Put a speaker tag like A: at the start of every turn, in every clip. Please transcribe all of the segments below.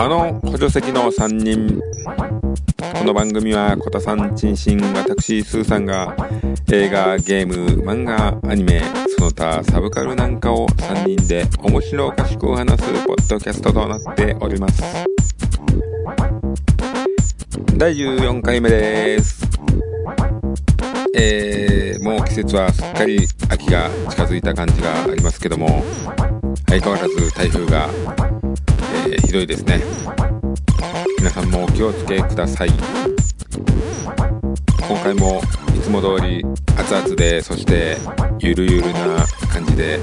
A: あの補助席の3人この番組はコタさん、チンシン、私、スーさんが映画、ゲーム、漫画、アニメ、その他サブカルなんかを3人で面白おかしくお話すポッドキャストとなっております第14回目ですえー、もう季節はすっかり秋が近づいた感じがありますけども相変わらず台風が、えーひどいですね皆さんもお気をつけください今回もいつも通り熱々でそしてゆるゆるな感じで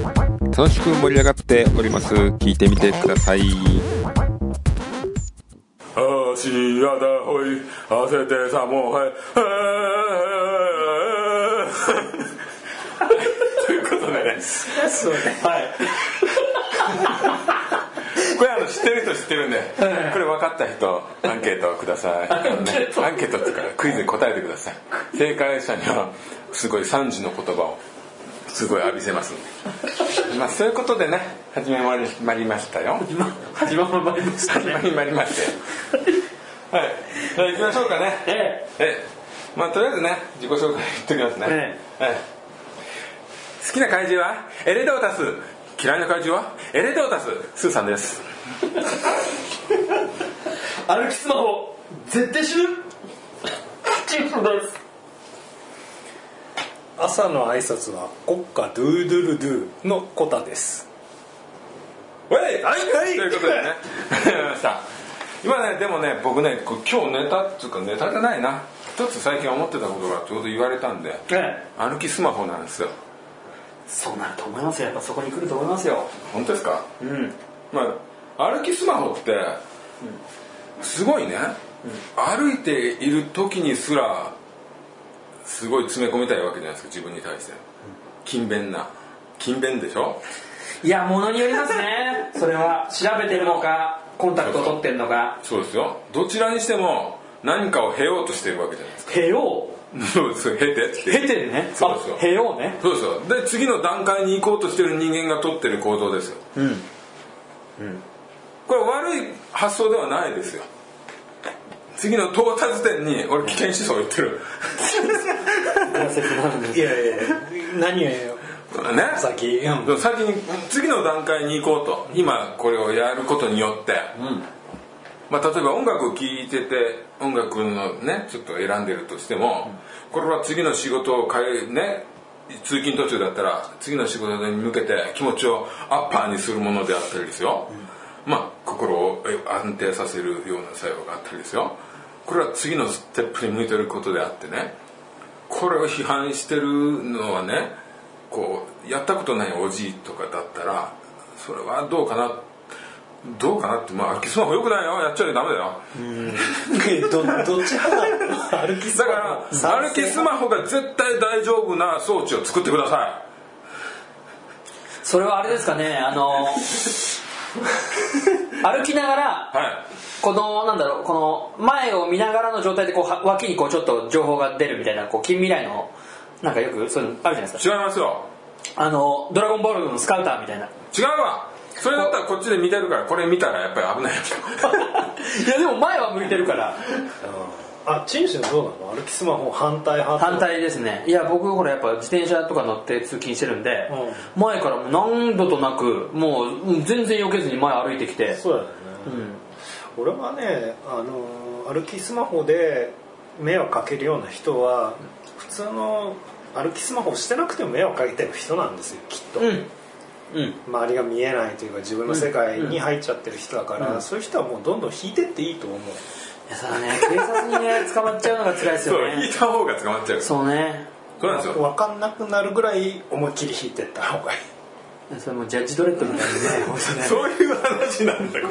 A: 楽しく盛り上がっております聞いてみてください
B: はしやだほい、あせてさもうはい。ということでね、
C: そうね。
B: これあの知ってる人知ってるんで、これ分かった人、アンケートをください。アンケート。アンケートっていうか、クイズに答えてください。正解者には、すごい3時の言葉を、すごい浴びせますんで。まあそういうことでね、始めまりましたよ。
C: 今、始まりました
B: 始ま
C: ね。
B: りましたよ。はい。じゃあ行きましょうかね。
C: え
B: ええまあとりあえずね自己紹介言っときますね、
C: え
B: ええ好きな怪獣はエレドータス嫌いな怪獣はエレドータススーさんです
C: 歩きスマホ、絶対死ぬチップです。
D: 朝の挨拶は国家ドゥードゥルドゥのコタです
B: おいはいはいということで ねありがとうございました今ねでもね僕ねこう今日ネタっつうかネタじゃないな一つ最近思ってたことがちょうど言われたんで
C: え
B: 歩きスマホなんですよ
C: そうなると思いますよ。やっぱそこに来ると思いますよ。
B: 本当ですか
C: うん。
B: まあ、歩きスマホってすごいね、歩いている時にすらすごい詰め込みたいわけじゃないですか自分に対して勤勉な勤勉でしょ
C: いや、ものによります ね。それは、調べてるのか、コンタクト取ってんのか。
B: そうですよどちらにしても何かを経ようとしてるわけじゃないです
C: へよ
B: かそうです経てっ
C: う。
B: て
C: へてね。
B: そうですよ
C: あへようね。
B: そうですよで次の段階に行こうとしてる人間が取ってる行動ですよ
C: うん。
B: これ悪い発想ではないですよ次の到達点に俺危険思想言ってる
D: いやいや 何を
B: ね
D: 先うん
B: でも先に次の段階に行こうと今これをやることによって、まあ、例えば音楽を聴いてて音楽のねちょっと選んでるとしても、これは次の仕事を変えね通勤途中だったら次の仕事に向けて気持ちをアッパーにするものであったりですよ、まあ心をえ安定させるような作用があったりですよこれは次のステップに向いてることであってねこれを批判してるのはねこうやったことないおじいとかだったらそれはどうかなどうかなってまあ歩きスマホよくないよやっちゃダメだよ
D: どどっち派歩きス
B: だ
D: マ
B: か
D: ホ
B: ら歩きスマホが絶対大丈夫な装置を作ってくださ
C: それはあれですかね、あ の、歩きながら、
B: いは
C: このなんだろうこの前を見ながらの状態でこうは脇にこうちょっと情報が出るみたいなこう近未来のなんかよくそういうのあるじゃないで
B: い
C: す
B: 違いますよ
C: かあのドラゴンボールのスカウターみ たいない
B: 違うわそれだったらこっちで見てるからこれ見たらやっぱり危ないよ
C: やでも前は向いてるから
D: あチンシンどうなの歩きスマホ反対派
C: 反対ですねいや僕ほらやっぱ自転車とか乗って通勤してるんで、
D: う
C: 前からもう何度となくもううん全然避けずに前歩いてきて
D: そうだよね、
C: ん
D: 俺はねあの歩きスマホで迷惑かけるような人は普通の歩きスマホをしてなくても迷惑かけてる人なんですよきっと、
C: うんうん
D: 周りが見えないというか自分の世界に入っちゃってる人だから、
C: うん
D: そういう人はもうどんどん引いてっていいと思う、
C: いやそれはね警察にね捕まっちゃうのが辛いです
B: そ
C: よ
B: う 引い
C: ね
B: た方が捕まっちゃう
C: そうね
B: そうなんですよ
D: 分かんなくなるぐらい思いっきり引いてった方がいい
C: それもうジャッジドレッドみたいなね本当ね
B: そういう話なんだこ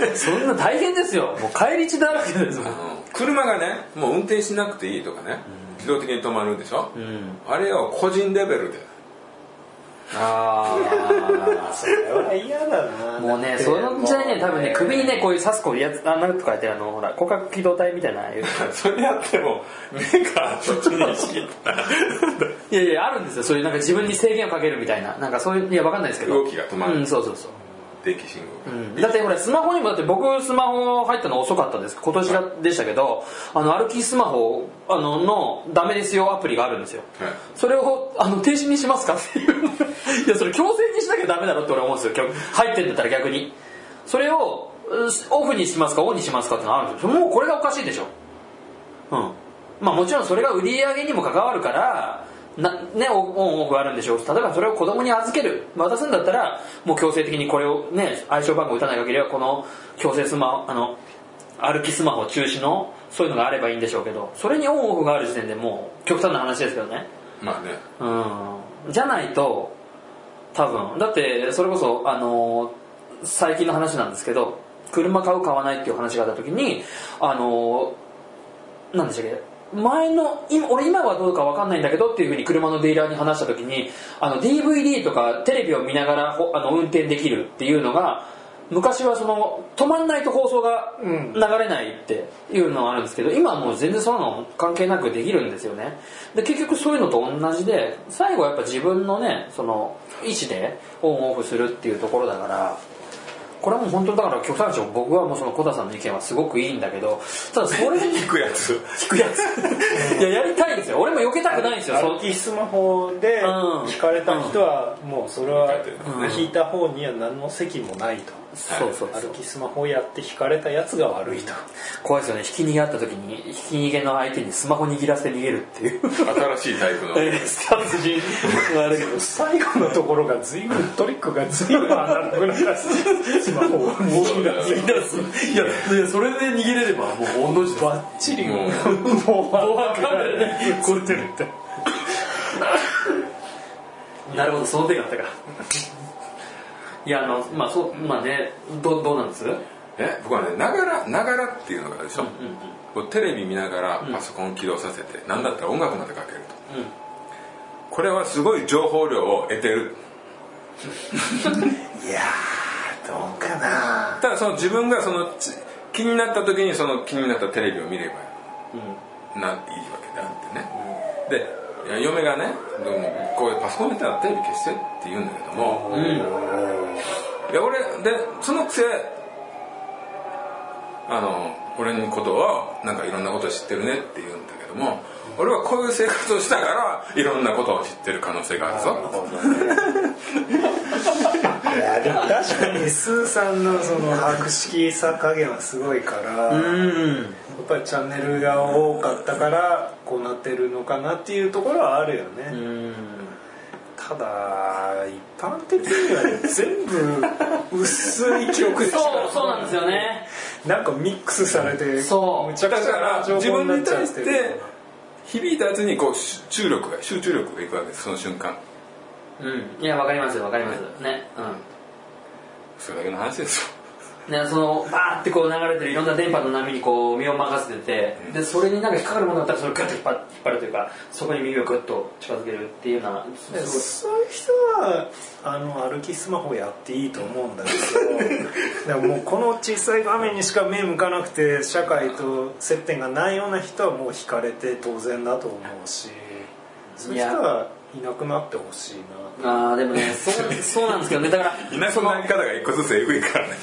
B: れ
C: そんな大変ですよ。もう帰り道だらけですもん。
B: 車がねもう運転しなくていいとかね自動的に止まるでしょ、
C: ん
B: あれを個人レベルで
C: あ
D: それは 嫌だな
C: あ。 もうね、その時代ね、多分ね、首にね、こういう刺すこういうやつ、あ、なんとかやって、あの、ほら、広角機動隊みたいな、ああいう
B: それやっても目がそっち に意識いった
C: いやいや、あるんですよ。そういう、なんか自分に制限をかけるみたいな。なんかそういう、いや、わかんないですけど。
B: 動きが止まる
C: うん、そうそうそう。
B: 定期信号
C: うんだってほらスマホにもだって僕スマホ入ったの遅かったんです今年がでしたけどあの歩きスマホあののダメですよアプリがあるんですよ、
B: はい
C: それをあの停止にしますか っていういやそれ強制にしなきゃダメだろって俺思うんですよ逆入ってんだったら逆にそれをうオフにしますかオンにしますかってのがあるんですよもうこれがおかしいでしょうんまあもちろんそれが売り上げにも関わるからなね、オンオンオフあるんでしょう例えばそれを子供に預ける渡すんだったらもう強制的にこれをね暗証番号打たない限りはこの強制スマホあの歩きスマホ中止のそういうのがあればいいんでしょうけどそれにオンオフがある時点でもう極端な話ですけどね
B: まあね
C: うんじゃないと多分だってそれこそあの最近の話なんですけど車買う買わないっていう話があった時にあのなんでしたっけ前の今俺今はどうかわかんないんだけどっていうふうに車のディーラーに話した時にあの DVD とかテレビを見ながらほあの運転できるっていうのが昔はその止まんないと放送が
D: うん
C: 流れないっていうのがあるんですけど今はもう全然そんなの関係なくできるんですよねで結局そういうのと同じで最後はやっぱ自分のねその意思でオンオフするっていうところだからこれはもう本当にだから極端な話僕はもうその小田さんの意見はすごくいいんだけどただそれに
B: 聞くやつ
C: 聞くや ついややりたいんですよ俺も避けたくないんですよそ
D: 歩きスマホで
C: うん
D: 引かれた人はもうそれは
B: うん
D: 引いた方には何の席もないと
C: そうそうそう
D: 歩きスマホやって引かれたやつが悪い と
C: 怖いですよねひき逃げあった時にひき逃げの相手にスマホ握らせて逃げるっていう
B: 新しいタイ プの
C: 殺人あれだけど
D: 最後のところが随分トリックが随分アナログなスマ ホを握らせ
C: いやそいやいやそれで逃げれればもう同じだ
D: バッチリ
B: も
D: も
B: う
D: うもう
C: わかんない
D: これてるって
C: なるほどその手があったからいやあのまあそうまあねどどうなんです
B: え僕はねながらながらっていうのがあるでしょ、こうテレビ見ながらパソコン起動させて、なん、何だったら音楽までかけると、
C: うん
B: これはすごい情報量を得てる
D: いやーどうかな
B: ただその自分がそのち気になった時にその気になったテレビを見ればなんいいわけであってね、でいや嫁がね「どうもこういうパソコン見たらテレビ消して」って言うんだけども、
C: うんうん
B: いや俺でそのくせあの俺のことをなんかいろんなこと知ってるねって言うんだけども、俺はこういう生活をしたからいろんなことを知ってる可能性があるぞ
D: いやでも確かにスーさんのその博識さ加減はすごいから、や
C: う
D: っ
C: ん
D: ぱりチャンネルが多かったからこうなってるのかなっていうところはあるよね、
C: うん
D: ただ一般的には全部薄い記憶でし
C: そ
D: た
C: うそうなんですよね
D: なんかミックスされて
C: そう
D: むちゃく
B: だ
D: ち
B: か
D: ゃな
B: ら
D: 情
B: 自
D: 報に
B: 分
D: なっ
B: に
D: ちゃ
B: 対
D: っ
B: してて響いたやつにこう集注力が集中力がいくわけですその瞬間
C: うんいやわかりますよわかりますねうん
B: それだけの話ですよ
C: ね、そのバーってこう流れてるいろんな電波の波にこう身を任せててでそれになんか引っかかるものだったらそれをグッと引っ張る引っ張るというかそこに耳をグッと近づけるっていうような
D: ですそういう人はあの歩きスマホやっていいと思うんだけどでももうこの小さい画面にしか目向かなくて社会と接点がないような人はもう惹かれて当然だと思うしそういう人はいなくなってほしいな
C: ごいあーでもねそうそうなんですけどねだから
B: いなくなり方が一個ずつエグいからね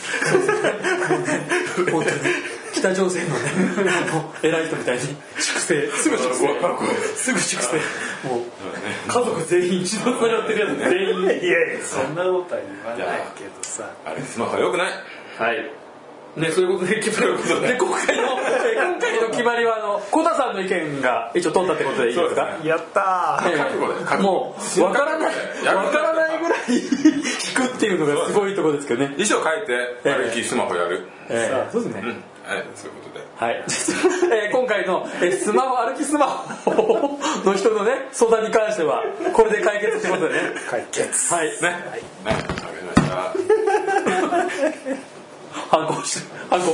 C: 本当に 北朝鮮のねあの偉い人みたいに粛清すぐ粛清すぐ粛清もう家族全員一度つながってるやつ全員
D: いやいやそんなことは言わないけどさ
B: あれスマホはよくない
C: はい。ね、そういうことで決まることで、今 回の、えー今回の決まりは、あの、コタさんの意見が一応取ったってことでいいですか
D: やったー
B: 覚悟だよ覚悟
C: もう、わからない、
B: やる
C: わからないぐらい引くっていうのがすごいところですけどね。
B: 衣装変えて歩きスマホやる、
C: えーそうですね。
B: うんはいそういうことで
C: はい、 えー今回の、えースマホ歩きスマホの人のね相談に関してはこれで解決ってこと でね
D: 解決
C: はい
B: ね、はい、わかりました。はい、
C: 反抗して反抗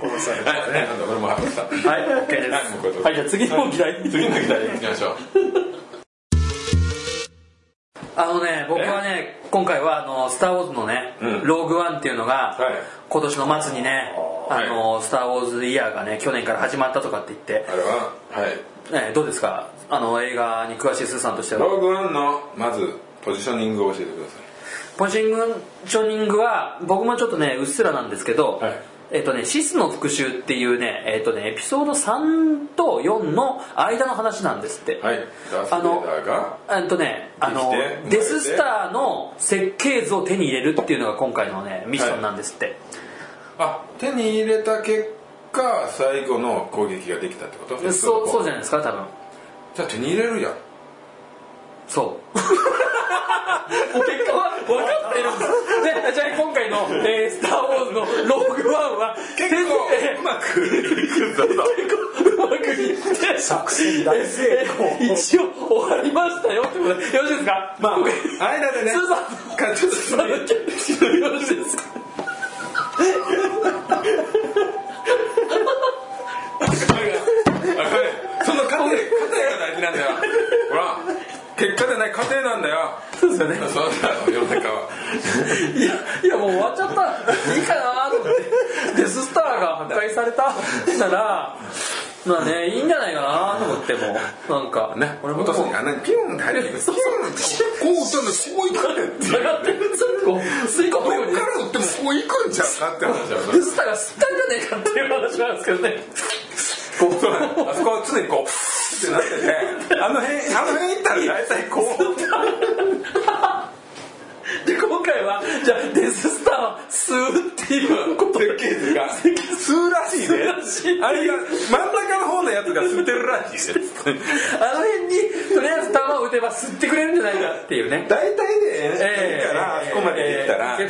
D: この際
B: なんだ、俺もわかりました。は
C: はい OK で
B: い、もうこれ
C: す
B: で
C: はいじゃあ次の議題
B: 次の議題行きましょう。
C: あのね僕はね今回はあの「スター・ウォーズ」のね「
B: うん
C: ローグワン」っていうの
B: は
C: が、
B: い
C: 今年の末にね「あ
B: はい
C: のスター・ウォーズ・イヤー」がね去年から始まったとかって言って
B: あ、れは、はい。
C: えーどうですかあの映画に詳しいスーさんとしては
B: ローグワンの、まず、ポジショニングを教えてください。
C: ポジショニングは僕もちょっとねうっすらなんですけど、
B: はい
C: えっとね、シスの復讐っていうね、えっとね、エピソード3と4の間の話なんですって。
B: はいダース・
C: あの
B: ベイダーが
C: えっとね、あの
B: 生きて生まれ、て
C: デススターの設計図を手に入れるっていうのが今回のね、ミッションなんですって。
B: あ手に入れた結果最後の攻撃ができたってこと
C: でそう、そう
B: う
C: じゃないですか、多分。
B: じゃあ手に入れるやん
C: そう。お結果は分かってるん です。でじゃあ今回の、えースター・ウォーズのローグワンは、
B: 結構うまくいくぞと
C: うまくいって
D: 作戦大成 功
C: 一応終わりましたよってことでよろしいですかまあ
B: 間でね
C: スーさ
B: かちょっと
C: ん よろしいですか
B: おいその過程過程が大事なんだよほら結果じゃない過程なんだよ
C: そうですよね
B: そうだよ世の中はい
C: やいやもう終わっちゃったいいかなと思ってデススターが破壊されたってならまあねいいんじゃないかなと思ってもうなんか
B: ね
C: 俺
B: 俺
C: も
B: も
C: もう
B: とに穴にピュンって入ってくる
C: そう
B: ピュンこう打ったんだこういくんだよ
C: 上がってるそれこう吸い込むよう
B: こ
C: に
B: っから打ってもこういくんちゃうかって話だよそれ
C: デススターが吸ったんじゃねえかっていう話なんですけどね
B: こうそうなんだあそこは常にこうってなっててあの辺あの辺行ったら大体こう
C: で今回はじゃあデススターは吸うっていうこと
B: 設計図が吸うらしい
C: 吸うらしい
B: ねあれが真ん中の方のやつが吸ってるらしいです
C: あの辺にとりあえず球を打てば吸ってくれるんじゃないかっていうね
B: 大体で
C: ええ
B: ええからあそこまで行ったら
C: え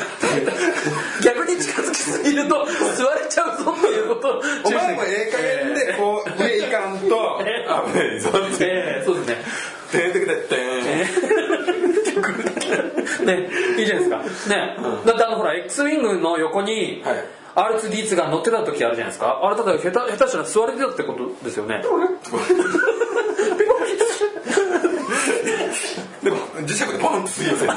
C: え逆に近づきすぎると吸われちゃうぞっていうことを注意
B: お前もええ加減でこう上行かんと危ないぞっ
C: え
B: て
C: えそうですね
B: 出てくれて
C: ねいいじゃないですかね、だってあのほら X ウィングの横に、
B: はい
C: R2D2 が乗ってた時あるじゃないですかあれただ下手下手したら吸われてたってことですよね
B: でも磁石でポンとすぎません
C: あ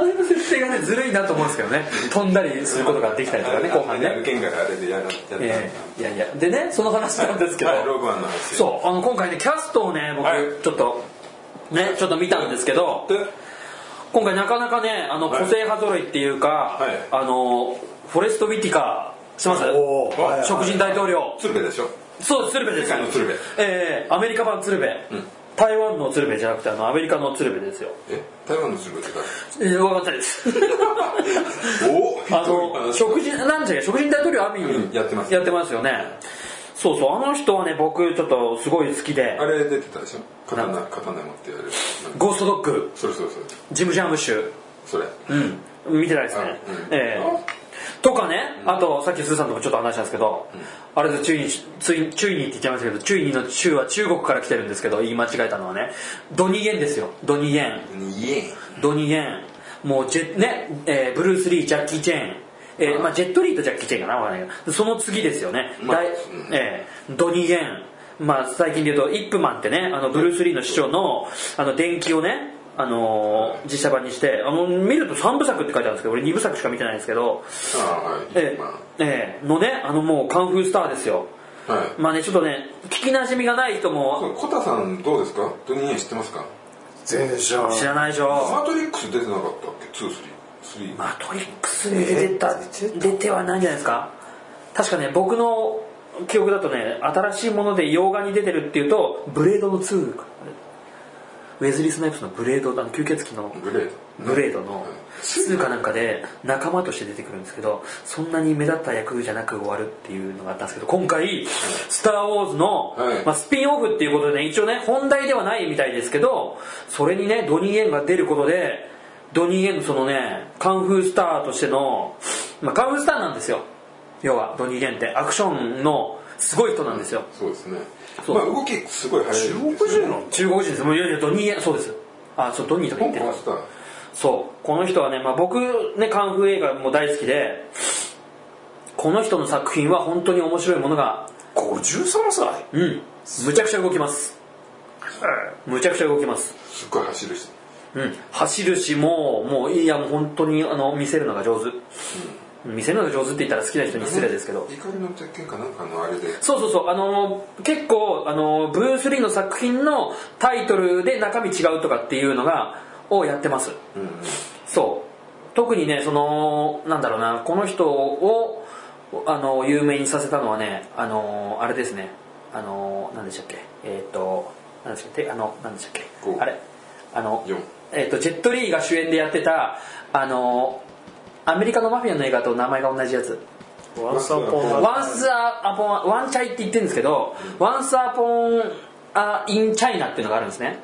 C: れの設定がねずるいなと思うんですけどね飛んだりすることができたりとかね後半ね、
B: 件があれでやられちゃった
C: ええいやいやでねその話なんですけど、
B: はいローグワンの話
C: そうあの今回ねキャストをね僕、
B: はい
C: ちょっとねちょっと見たんですけど
B: で
C: 今回なかなかねあの個
B: はい
C: 性派揃いっていうか、
B: はい
C: あのフォレスト・ウィティカーします
D: おーはいはい
C: 食人大統領、
B: 鶴瓶でしょ
C: そうです鶴瓶で
B: 世
C: す
B: 界の鶴瓶
C: ええアメリカ版鶴瓶、台湾の鶴瓶じゃなくてあのアメリカの鶴瓶ですよ
B: え台湾の鶴瓶って 誰
C: えー、分かったです
B: お
C: あの
B: 一人
C: 食人なんでしたっけ食人大統領アミ
B: うんやってます
C: やってますよねそうそうあの人はね僕ちょっとすごい好きで
B: あれ出てたでしょ刀刀持ってやるなんか
C: ゴーストドッグ
B: それそれそれ
C: ジム・ジャムッシュ
B: それ
C: うん見てないですね、
B: うん
C: ええとかね、あとさっきスーさんともちょっと話したんですけど、あれで中に中に中にって言っちゃいましたけど中にの中は中国から来てるんですけど言い間違えたのはねドニゲンですよドニゲン
B: いえ
C: ドニゲンもうジェね、えーブルース・リージャッキー・チェーンえーまあ、ジェットリーとジャッキー・チェーンかなわかんないけどその次ですよね、
B: まあ
C: だいえードニゲン、まあ、最近で言うとイップマンってねあのブルース・リーの師匠のあの伝記をね、あのー実写版にしてあの見ると3部作って書いてあるんですけど俺2部作しか見てないんですけど、
B: あはい
C: えー
B: ま
C: えーのねあのもうカンフースターですよ
B: あはい
C: まあねちょっとね聞きなじみがない人も
B: コタさんどうですかドニーエン知ってますか
D: 全然知らない
C: 知らないでしょ
B: マトリックス出てなかったっけ233
C: マトリックスに出てた、出てはないんじゃないですか確かね僕の記憶だとね新しいもので洋画に出てるっていうとブレードの2かウェズリー・スナイプスのブレードあの吸血鬼の
B: グレー
C: ブレードの2かなんかで仲間として出てくるんですけどそんなに目立った役じゃなく終わるっていうのがあったんですけど今回「スター・ウォーズの」
B: はい
C: まあ、スピンオフっていうことでね一応ね本題ではないみたいですけどそれにねドニー・イエンが出ることでドニー・イエンのそのねカンフースターとしての、まあ、カンフースターなんですよ要はドニー・イエンってアクションのすごい人なんですよ
B: そうですね
C: そう
B: まあ動きすごい速い中国人の
C: 中国人ですもういやいやドニー・イエンそうですあそうドニーとか
B: 香
C: 言ってる
B: 港スター
C: そうこの人はね、まあ、僕ねカンフー映画も大好きでこの人の作品は本当に面白いものが
D: 53歳
C: うんむちゃくちゃ動きますむちゃくちゃ動きます
B: すっごい走るし
C: うん走るしもうもういやもう本当にあの見せるのが上手、見せるのが上手って言ったら好きな人に失礼ですけど、
B: 怒りの鉄拳かなんかのあれで
C: そうそうそうあのー結構あのーブルース・リーの作品のタイトルで中身違うとかっていうのがをやってます、そう特にねそのなんだろうなこの人をあの有名にさせたのはねあのあれですねあの何でしたっけえーっ、と何でしたっけてあの何でしたっ
B: こう
C: けあれあの
B: よん
C: えーっとジェットリーが主演でやってたあのアメリカのマフィアの映画と名前が同じやつ
D: ワンサポン
C: ワンスアポンワンチャイって言ってるんですけど、ワンスアポンアインチャイナっていうのがあるんですね、
B: ん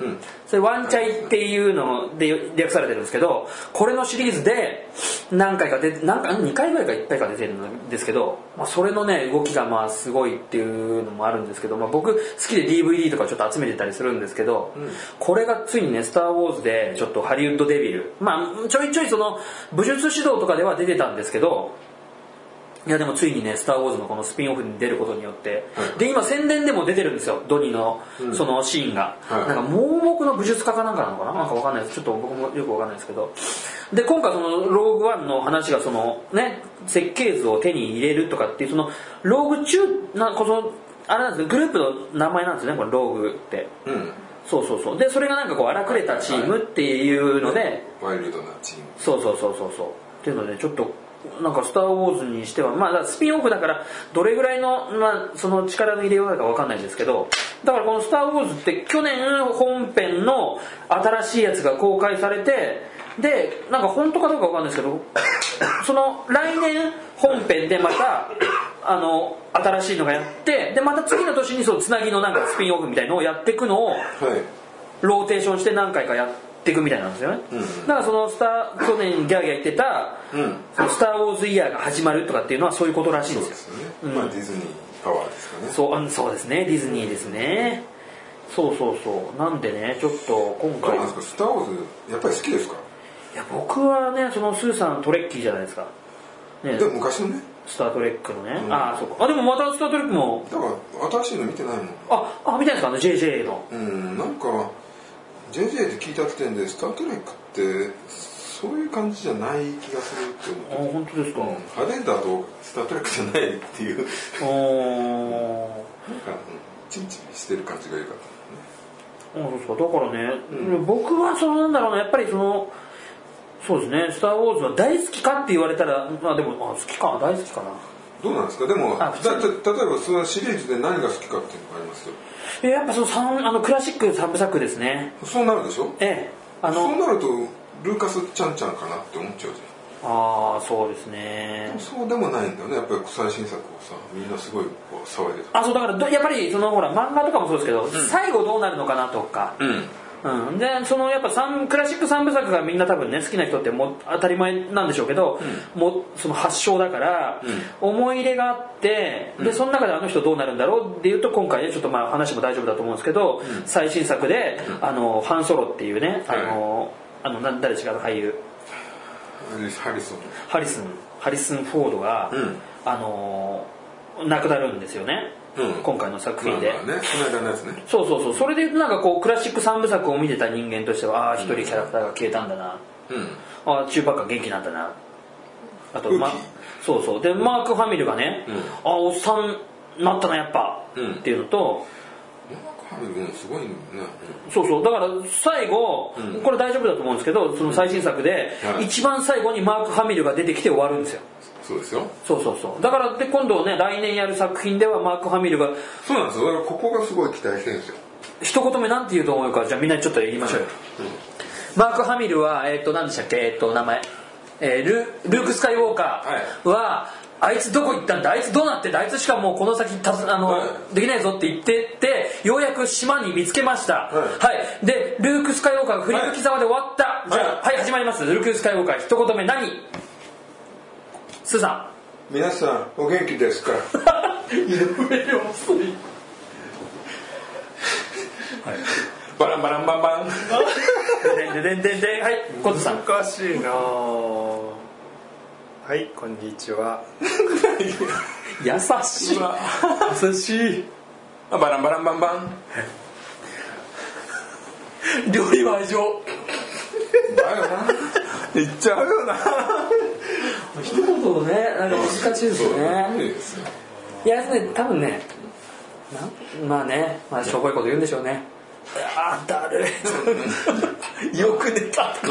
C: それワンチャイっていうので略されてるんですけどこれのシリーズで何回か出て何回2回ぐらいか1回か出てるんですけど、まあ、それのね動きがまあすごいっていうのもあるんですけど、まあ、僕好きで DVD とかちょっと集めてたりするんですけど、これがついにね「スター・ウォーズ」でちょっとハリウッドデビルまあちょいちょいその武術指導とかでは出てたんですけどいやでもついにね「スター・ウォーズ」のこのスピンオフに出ることによって、で今宣伝でも出てるんですよドニーのそのシーンが、
B: はい
C: なんか盲目の武術家かなんかなのかななんかわかんないですちょっと僕もよくわかんないですけどで今回その「ローグワン」の話がそのね設計図を手に入れるとかっていうそのローグ中なこそあれなんですねグループの名前なんですよねこれローグって
B: うん
C: そうそうそうでそれがなんかこう荒くれたチームっていうので、
B: ワイルドなチーム
C: そうそうそうそうそうっていうのでちょっとなんか「スター・ウォーズ」にしてはまあだからスピンオフだからどれぐらいの,、まあ、その力の入れようだかわかんないですけどだからこの「スター・ウォーズ」って去年本編の新しいやつが公開されてでなんか本当かどうかわかんないですけどその来年本編でまたあの新しいのがやってでまた次の年にそのつなぎのなんかスピンオフみたいのをやっていくのを
B: はい
C: ローテーションして何回かやっていくみたいなんですよね、だからそのスター去年ギャーギャー言ってた「
B: うん
C: そのスター・ウォーズ・イヤー」が始まるとかっていうのはそういうことらしいん
B: そう
C: です
B: ですよ
C: よ
B: ね、まあディズニーパワーですかね
C: そううんそうですねディズニーですねそうそうそうなんでねちょっと今
B: どう
C: 回い
B: なんですかスター・ウォーズやっぱり好きですか
C: や僕はねそのスーさんトレッキーじゃないですかね
B: でも昔のね
C: スター・トレックのね、
B: うん
C: ああそうかあでもまたスター・トレックも
B: だから新しいの見てないもん
C: ああ見たいですかあの JJ の
B: うんなんか JJ で聞いた時点で「スター・トレック」ってそういう感じじゃない気がするって
C: あ
B: 思う
C: 本当ですか、
B: うん派手だと「スター・トレック」じゃないっていう
C: おー
B: なんかうんチンチンしてる感じが良かっ
C: あそうですかだからね、僕はそのなんだろうなやっぱりそのそうですね「スター・ウォーズ」は大好きかって言われたらまあでもあ好きか大好きかな
B: たどうなんですかでも
C: あ
B: だ
C: 普
B: た
C: 通
B: 例えばそのシリーズで何が好きかっていうのがありますよ
C: えやっぱその三あのクラシック三部作ですね
B: そうなるでしょ
C: ええあ
B: そう
C: の
B: なるとルーカスちゃんちゃんかなって思っちゃうじゃん
C: ああそうですね
B: そうでもないんだよねやっぱり最新作をさみんなすごいこう騒いでた
C: あそうだからどやっぱりそのほら漫画とかもそうですけど、最後どうなるのかなとか
B: うん
C: うん、でそのやっぱ三クラシック3部作がみんな多分ね好きな人ってもう当たり前なんでしょうけど、もうその発祥だから、思い入れがあってでその中であの人どうなるんだろうっていうと今回ねちょっとまあ話も大丈夫だと思うんですけど、最新作で、あのハン・ソロっていうねあの、あのなん誰違うの俳優
B: ハリソン
C: ハリスンハリスン・フォードが、
B: うん
C: あの亡くなるんですよね、
B: うん
C: 今回の作品で。
B: まあまあねこの間のやつね
C: そうそうそうそれでなんかこうクラシック3部作を見てた人間としてはああ一人キャラクターが消えたんだな、
B: う
C: ああ中盤が元気なんだなあと
B: ウキ
C: まそうそうでマーク・ファミルがね、
B: うん
C: ああおっさんなったなやっぱ、
B: うん
C: っていうのと
B: んマーク・ハミルうんすごいね
C: そうそうだから最後、
B: うん
C: これ大丈夫だと思うんですけどその最新作で、
B: はい
C: 一番最後にマーク・ファミルが出てきて終わるんですよ
B: そうですよ
C: そうそうそうだからで今度ね来年やる作品ではマーク・ファミルが
B: そうなんですよだからここがすごい期待してるんですよ
C: 一言目なんて言うと思うかじゃあみんなちょっと言いましょうよ、マーク・ハミルはえっ、と何でしたっけえっ、と名前、えールルーク・スカイウォーカーは、あいつどこ行ったんだあいつどうなってんだあいつしかもうこの先たずあの、
B: はい
C: できないぞって言ってってようやく島に見つけましたはい、でルーク・スカイウォーカーが振り向きざまで終わった、
B: い
C: じゃあはい、始まりますルーク・スカイウォーカー一言目何スーさ
B: 皆さんお元気ですか
C: ん井上陽水
B: バランバランバンバン
C: でんでんでんでんでんはいコットさん
D: 難しいなぁはいこんにちは
C: 優しい優しい
B: あバランバランバンバン
C: 料理は愛情
B: だよな言っちゃうよな
C: 一言ねなんか難しいですよ
B: そう
C: ね
B: ですよ
C: いやね多分ねなんまあねまあしょぼいこと言うんでしょうね
D: あーだるいよく出た
B: なんか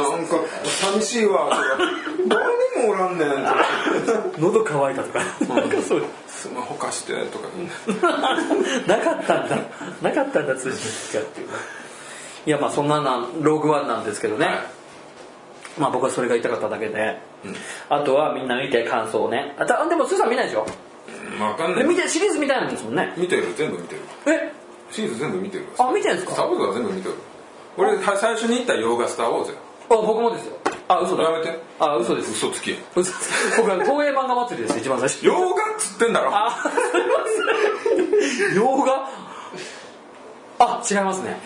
B: 寂しいわとか誰にもおらんねんとか
C: 喉乾いたとかなんかそう
B: スマホ貸してとかみんな
C: なかったんだなかったんだ通信機器がっていういやまあそんななんローグワンなんですけどね、まあ僕はそれが言いたかっただけで、あとはみんな見て感想をねあたでもスーさん見ないでしょ
B: まあわかんな
C: で
B: い
C: 見てシリーズ見たいんですもんね
B: 見てる全部見てる
C: え
B: シリーズ全部見てる
C: あ見てるんですか
B: サブとか全部見てる俺は最初に行った洋画スター・ウォーズや
C: あ僕もですよあ嘘だ
B: やめて
C: あ嘘です
B: 嘘つき
C: 嘘です僕は東映漫画祭りです一番最初
B: 洋画っつってんだろ
C: あすいません洋画あ違いますね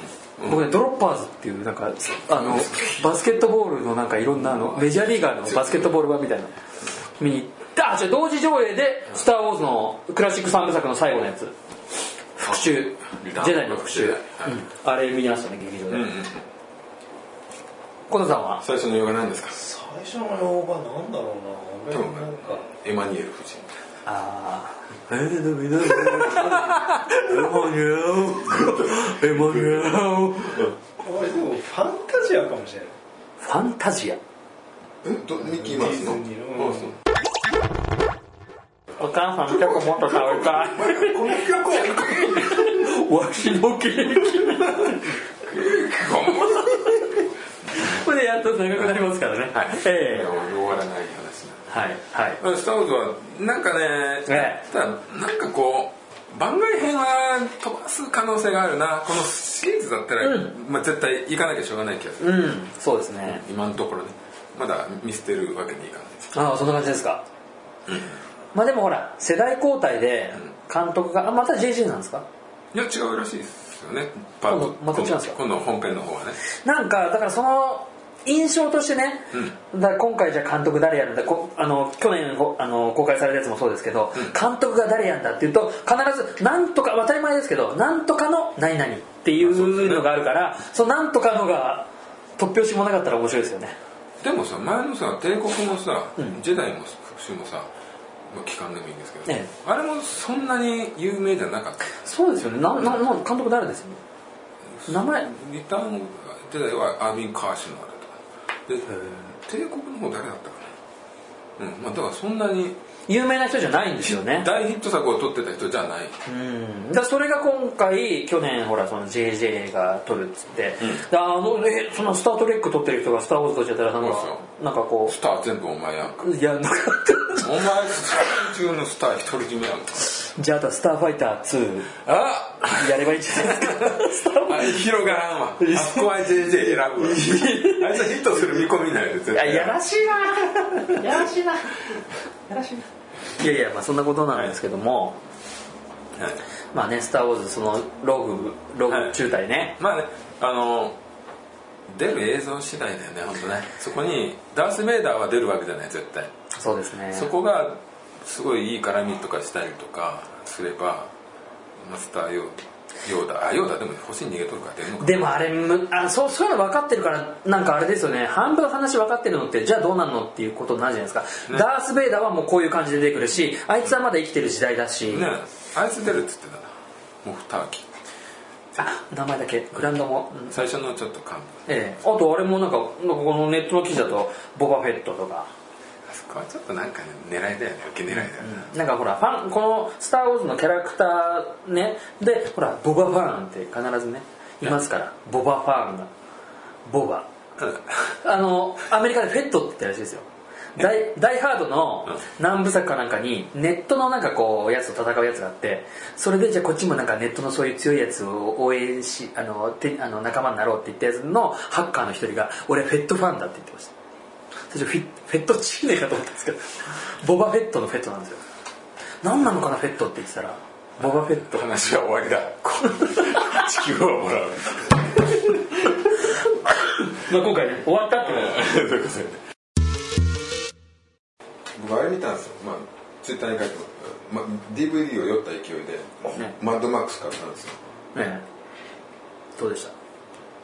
C: 僕ねドロッパーズっていうなんかあのバスケットボールのなんかいろんなあのメジャーリーガーのバスケットボール版みたいなの見に行ってあ違う同時上映で「スター・ウォーズ」のクラシック三部作の最後のやつ復讐ジェダイの復讐、うんあれ見ましたね劇場で、
B: うんうん
C: コナさんは
B: 最初の洋画なんですか
D: 最初の用語はなんだろうな
B: 多
D: 俺
B: 分
D: なんか
B: エマニュエル夫人
C: あ
E: えー、でもいないエマニュエルエマニュエル
D: 俺でもファンタジアかもしれない
C: ーファンタジ
B: えどミッキーマウスの
D: ディズニーの
B: マウスの
C: アお母さん結構もっと食べたい
B: この曲を
C: わしのケーキこれでやっと長くなりますからねはいええ
B: 終わらない話な
C: はいはい
B: うんスター・ウォーズはなんかね、
C: え
B: ただなんかこう番外編は飛ばす可能性があるなこのシリーズだったら、まあ、絶対行かなきゃしょうがない気がする、
C: うんそうですね
B: 今のところねまだ見捨てるわけにいかないです
C: ああそんな感じですかまあでもほら世代交代で監督があまた JG なんですか
B: いや違うらしいですよねパート
C: 今度また違うんですか
B: 今度本編の方はね
C: なんかだからその印象としてね、だから今回じゃあ監督誰やるんだこあの去年ほあの公開されたやつもそうですけど、監督が誰やんだっていうと必ずなんとか当たり前ですけどなんとかの何々っていうのがあるからそ,、のなんとかのが突拍子もなかったら面白いですよね
B: でもさ前のさ帝国もさ、ジェダイも復讐もさまあ期間でもいいんですけど、
C: ええ
B: あれもそんなに有名じゃなかった
C: そうですよねななな監督誰ですよね名前
B: リターン時代はアービン・カーシュのあれとかで帝国の方誰だったかなうんまあだからそんなに
C: 有名な人じゃないんですよね
B: 大ヒット作を撮ってた人じゃない
C: うんだからそれが今回去年ほらその JJ が撮るっつって、であのえその「スター・トレック」撮ってる人が「スター・ウォーズ」撮っちゃったらなんか
B: そうそ
C: なんかこ
B: スター全部お前やんか
C: ういやなんか
B: お前中のスター一人占めやんか
C: じゃああとは「スター・ファイター2
B: あ」
C: やればいいんじゃないですかスターファイ
B: あれ広がらんわあそこは JJ 選ぶわあいつはヒットする見込みないで絶
C: ター
B: 対
C: いややらしいなやらしいなやらしいないやいやまあそんなことなんですけども、
B: はい
C: まあね「スター・ウォーズ」そのログログ中隊ね、
B: まあねあの出る映像次第だよね本当ねそこにダース・ベイダーは出るわけじゃない絶対
C: そうですね
B: そこがすごいいい絡みとかしたりとかすればマスターヨーヨーダあヨーダでも星に逃げとるから出るのか
C: でもあれむあそうそういうの分かってるからなんかあれですよね半分話分かってるのってじゃあどうなんのっていうことになるじゃないですか、ダース・ベイダーはもうこういう感じで出てくるしあいつはまだ生きてる時代だし、
B: ねあいつ出るっつってたなモフターキ
C: あ名前だけグランドも、うん
B: 最初のちょっと感
C: ええあとあれもなんかなんかこのネットの記事だとボバフェットとか
B: あそこはちょっとなんかね狙いだよね受け狙いだよね、
C: なんかほらファンこの「スター・ウォーズ」のキャラクターねでほらボバファンって必ずねいますからボバファンがボバあのアメリカでフェットって言ってるらしいですよダイダイハードの何部作かなんかにネットのなんかこうやつと戦うやつがあってそれでじゃあこっちもなんかネットのそういう強いやつを応援しあのてあの仲間になろうって言ったやつのハッカーの一人が俺はフェットファンだって言ってました最初フィフェットチーネかと思ったんですけどボバフェットのフェットなんですよ何なのかなフェットって言ってたらボバフェット
B: 話は終わりだ 地球はもらう
C: まあ今回ね終わったって
B: そういうことよね僕あれ見たんですよまあツイッターに書いても、まあ、DVD を酔った勢いで、
C: ね
B: マッドマックス買ったんですよ
C: ねどうでした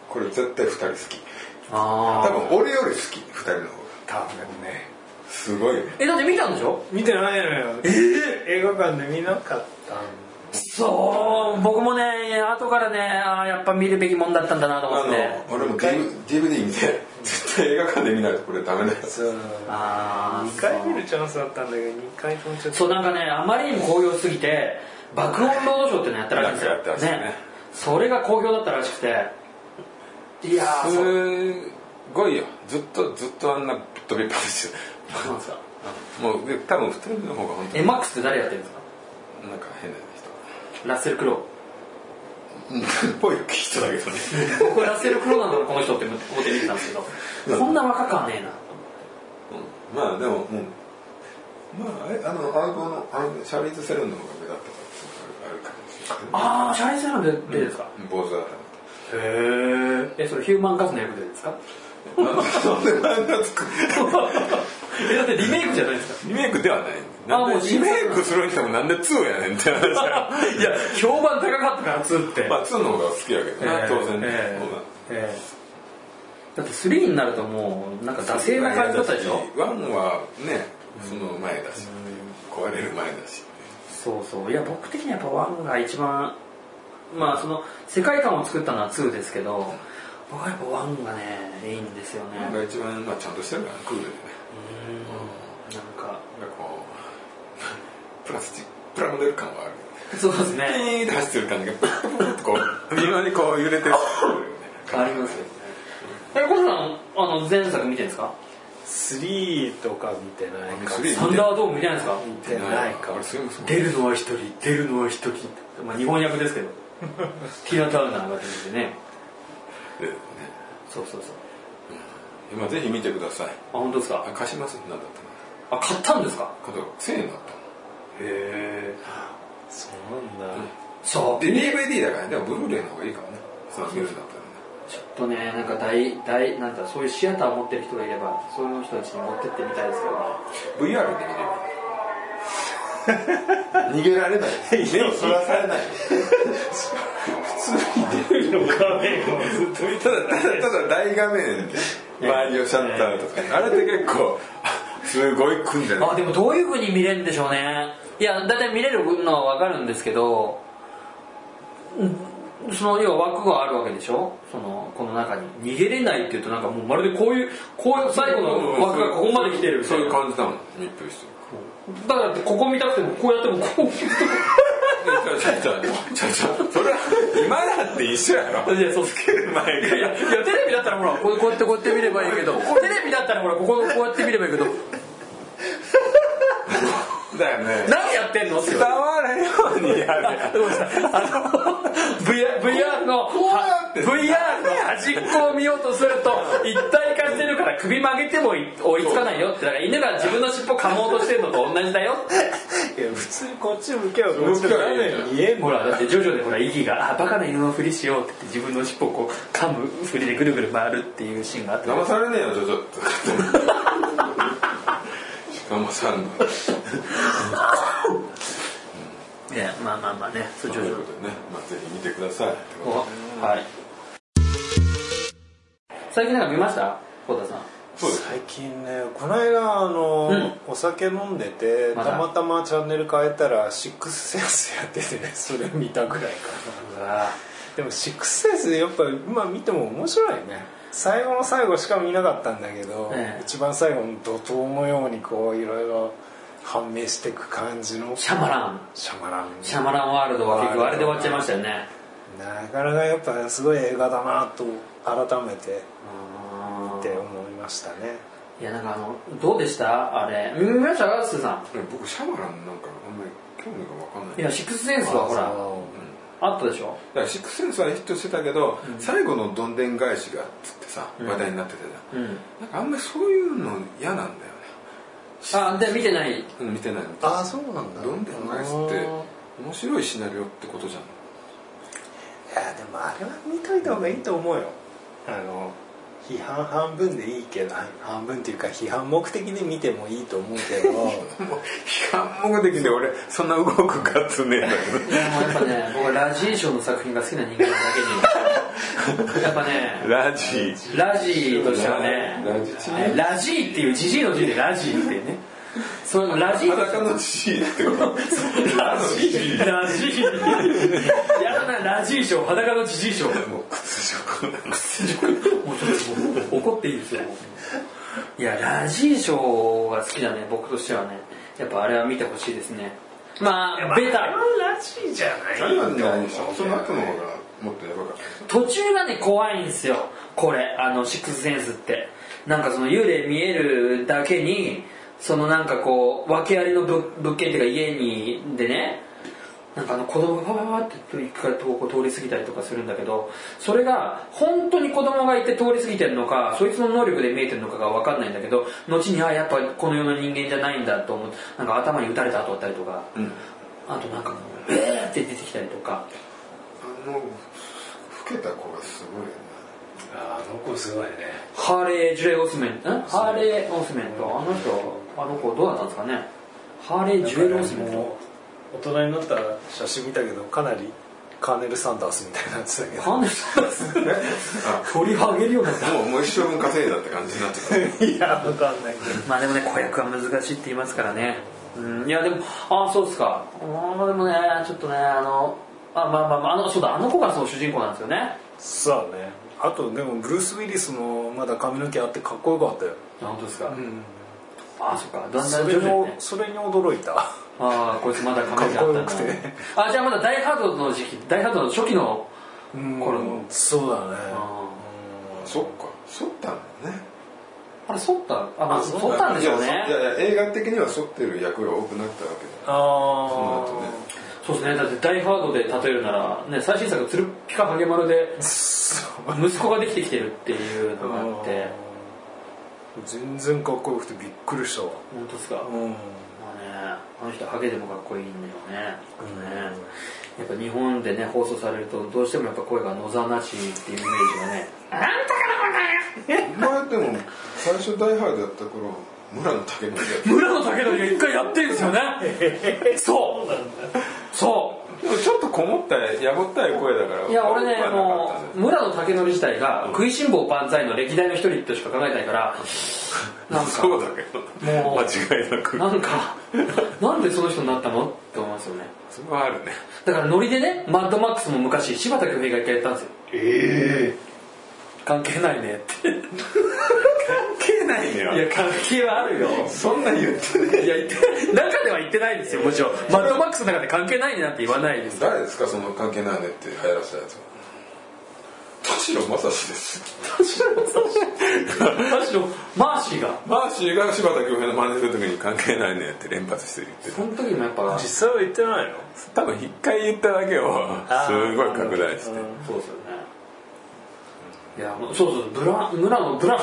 B: これ絶対2人好き
C: あ
B: 多分俺より好き2人の方が
D: 多分ね
B: すごいね
C: えだって見たんでしょ
D: 見てないのよ、映画館で見なかったん
C: そう僕もね後からねあーやっぱ見るべきもんだったんだなと思
B: あ
C: ってね
B: の俺も DV- DVD 見て絶対映画館で見ないとこれダメだよ
D: そう
C: あー
D: 2回見るチャンスだったんだけど2回ともちょっ
C: そう
D: と
C: なんかねあまりにも好評すぎて爆音ロードショーっていうのやってられるんですよ
B: なんかやってらっしゃるね
C: それが好評だったらしくていやー
B: す
C: そう
B: ごいよずっとずっとあんなぶっ飛びっぱなしで
C: な んですか
B: もうで多分二人の方が本当
C: えマックスって誰やってるんですか
B: になんか変な
C: ラッセル・クロウ
B: 人 っぽい人だけどね
C: 僕はラッセル・クロウなんだろこの人って思って見てたんですけどこんな若くはねえな
B: まあでももうまああれあのアルバのあのシャーリーズ・セルンの方が目立ったからあるかもしれない
C: ああシャーリー・セランでですか、
B: 坊主だった
C: へえそれヒューマンガスの役でです か
B: なんで漫画作る
C: えだってリメイクじゃないですか
B: リメイクではないなん
C: あもう
B: でリメイクするにしてもなんで2やねんって話だよ
C: いや評判高かったから2っ て、
B: まあ2の方が好きやけどな、
C: えー
B: 当然ね、
C: えー
B: そうだ
C: ええだって3になるともうなんか惰性な感じだったでしょ
B: ワンはねその前だし、壊れる前だし
C: そうそういや僕的にはやっぱ1が一番まあその世界観を作ったのは2ですけど僕はやっぱ1がねいいんですよね
B: ワン
C: うん
B: が一番、まあ、ちゃんとしてるからクールでね
C: なんか
B: なんかこうプラスチックプラモデル感はある
C: そうです
B: ピ
C: ね
B: ーンって走ってる感じがプップッとこう微妙にこう揺れてる
C: ありますよねえコさんあの前作見てるんですか
D: 3とか見てないか
B: スリー
C: サンダードーム見てないんですか
D: 見てないか
B: あれすごいすごい
C: 出るのは一人出るのは一人まあ日本役です けどティーナ・タウナーが出ててね
B: でね
C: そうそうそう
B: 今ぜひ見てください
C: あ本当です
B: あ
C: か
B: 貸しますなんだった
C: あ買ったんですか
B: の今度1000円だったの
C: へえ
D: そうなんだ
C: そう
B: で DVD だからねでもブルーレイの方がいいからねその見るんだったらね
C: ちょっとねなんか大大なんかそういうシアターを持ってる人がいればそういう人たちに持ってってみたいですけどね
B: VR で見れる 逃げられない目をそらされない普通に出るの画面をずっと見ただただただ大画面で周りをシャッターとかねあれって結構すごい組んでる
C: あでもどういう風に見れるんでしょうねいや大体見れるのは分かるんですけどうんその要は枠があるわけでしょそのこの中に逃げれないっていうとなんかもうまるでこういうこういう最後の枠がここまで来てるみた
B: そう
C: い
B: いう
C: な
B: 感じだもん密封してる
C: だからってここ見たくてもこうやってもこう見たくても
B: ちょちょちょちょちょそれは今だって一緒やろ
C: いや、そうすける前いやいや、テレビだったらほら、こうこうやってこうやって見ればいいけど、テレビだったらほら、ここのこうやって見ればいいけど、
B: だよね
C: 何やってんのって
B: 伝
C: 言わ
B: われるようにやる
C: れてごめんなさいあの、VR, VR の、は VR の端っこを見ようとすると、一体化してるから首曲げてもい追いつかないよって、だから犬が自分の尻尾噛もうとしてるのと同じだよ
D: いや普通にこっち向けばこっちの画面見えんの
C: ほら、だって徐々にほら、息が、あ、バカな犬のふりしようって言って自分の尻尾をこう、噛むふりでぐるぐる回るっていうシーンがあって。
B: 騙されねえよちょちょっと騙さんの
C: いや、まあまあまあね、そう
B: と
C: 徐
B: いう
C: 々に
B: こ。とでね、まあ、ぜひ見てください
C: はい。最近なんか見ましたコ田さん。
B: そうです
D: 最近ねこの間あの、お酒飲んでて
C: ま
D: た
C: だ
D: またまチャンネル変えたら「シックスセンスやっててねそれ見たぐらいかな
C: うわ
D: でも「シックスセンスやっぱ今見ても面白いね最後の最後しか見なかったんだけど、
C: ええ
D: 一番最後の怒涛のようにこういろいろ判明していく感じの
C: シャマラン。
D: シャマラン
C: シャマランワールドは結局あれで終わっちゃいましたよね。
D: なかなかやっぱすごい映画だなと改めてって思いましたね
C: いやなんかあのどうでしたあれ見ましたかスーさ
B: 僕シャマランなんかあんまり興味がわかんない
C: んいやシックスセンスはほらあったでしょ
B: だからシックスセンスはヒットしてたけど、最後のどんでん返しがっつってさ話題になってたじゃん、
C: うん
B: なんかあんまりそういうの嫌なんだよね
C: あで見てない
B: うん見てないの
D: ああそうなんだ
B: どんでん返しって面白いシナリオってことじゃん
D: いやでもあれは見といた方がいいと思うよあの批判半分でいいけど半分っていうか批判目的で見てもいいと思うけど
B: もう批判目的で俺そんな動くかつねえんだけど
C: いやもうやっぱね僕はラジーションの作品が好きな人間なだけに やっぱね
B: ラジ
C: ラジーとしてはね
B: ラジチ
C: ラジーっていうジジイの字でラジーっていうねそのラジー
B: 裸の C ってこと
C: ラジーラジーやだなラジー賞裸のジジー賞もう
B: 屈辱
C: ちょっともう怒っていいですよいやラジー賞が好きだね僕としてはねやっぱあれは見てほしいですねまあベタ
D: らしいじゃない
B: 何なんだよその後の方がもっとやばかった
C: 途中がね怖いんですよこれあのシックスセンスってなんかその幽霊見えるだけにそのなんかこう訳ありの物物件っていうか家にでねなんかあの子供がわわわって行くからこう通り過ぎたりとかするんだけどそれが本当に子供がいて通り過ぎてるのかそいつの能力で見えてるのかが分かんないんだけど後にあやっぱこの世の人間じゃないんだと思ってなんか頭に打たれた跡だったりとか、あとなんかもうベーって出てきたりとか
B: あの老けた子がすごいよね
E: あの子すごいね
C: ハーレー・ジュレイ・オスメンんハーレー・オスメントあの人あの子どうだったんですかねハーレー・ジュレイ・オスメント
D: もう大人になった写真見たけどかなりカーネル・サンダースみたいになってたけど
C: カーネルさん取り上げるようになった
B: もうもう一生分稼いだって感じになってた
D: いやわかんないけど
C: まあでもね子役は難しいって言いますからねうんいやでもああそうですかああでもねちょっとねあのあまあまあまああのそうだあの子がそう主人公なんですよね
D: さあねあとでもブルース・ウィリスもまだ髪の毛あってかっこよかったよ、
C: あ本当ですか、ああそっかだんだん
D: それ
C: 徐
D: に
C: 々にね
D: それに驚いた
C: ああこいつまだ髪があったな
D: かっこよくて
C: あじゃあまだ大ハードの時期大ハードの初期の頃の、
D: そうだね
C: あ
B: そっかそったんだね
C: あれ剃ったあ、まあ、剃ったんでしょうね
B: いやいや映画的には剃ってる役が多くなったわけだ
D: あ
B: そうだね
C: そうですねだって大ハードで例えるなら、ね、最新作「つるピカハゲ丸」で息子ができてきてるっていうのがあって
D: 全然かっこよくてびっくりしたわ
C: 本当ですか、ま
D: うん
C: あね、あの人ハゲでもかっこいいんだよね,、
D: うん
C: ねやっぱ日本でね放送されるとどうしてもやっぱ声が野沢なしっていうイメージがね
B: 前でも最初ダイハードやった頃村の竹のやつ
C: 村野武則が一回やってるんですよ ねそうそう
B: でもちょっとこもったやぼったい声だから
C: いや俺ね
B: 怖
C: あ
B: くはなか
C: の
B: ったね
C: 村野武則自体が食いしん坊万歳の歴代の一人としか考えないからなんか
B: そうだけど
C: もう
B: 間違いなく
C: なんかなんでその人になったのって思いますよね
B: それはあるね
C: だからノリでねマッドマックスも昔柴田恭平が一回やったんですよ
B: え
C: 関係ないねって
B: えけない
C: いや関係はあるよ
B: そんな言ってね
C: いや言って中では言ってないですよもちろんマッドマックスの中で関係ないねなんて言わないです
B: 誰ですかその関係ないねって流行らせたやつは田代正史です
C: むしろマーシーが
B: マーシーが柴田恭平の真似する時に関係ないねって連発して言ってた
C: その時もやっぱ
D: 実際は言ってないの
B: 多分一回言っただけをすごい拡大して
C: そうですよねいやもうそうそうブラ村のブラ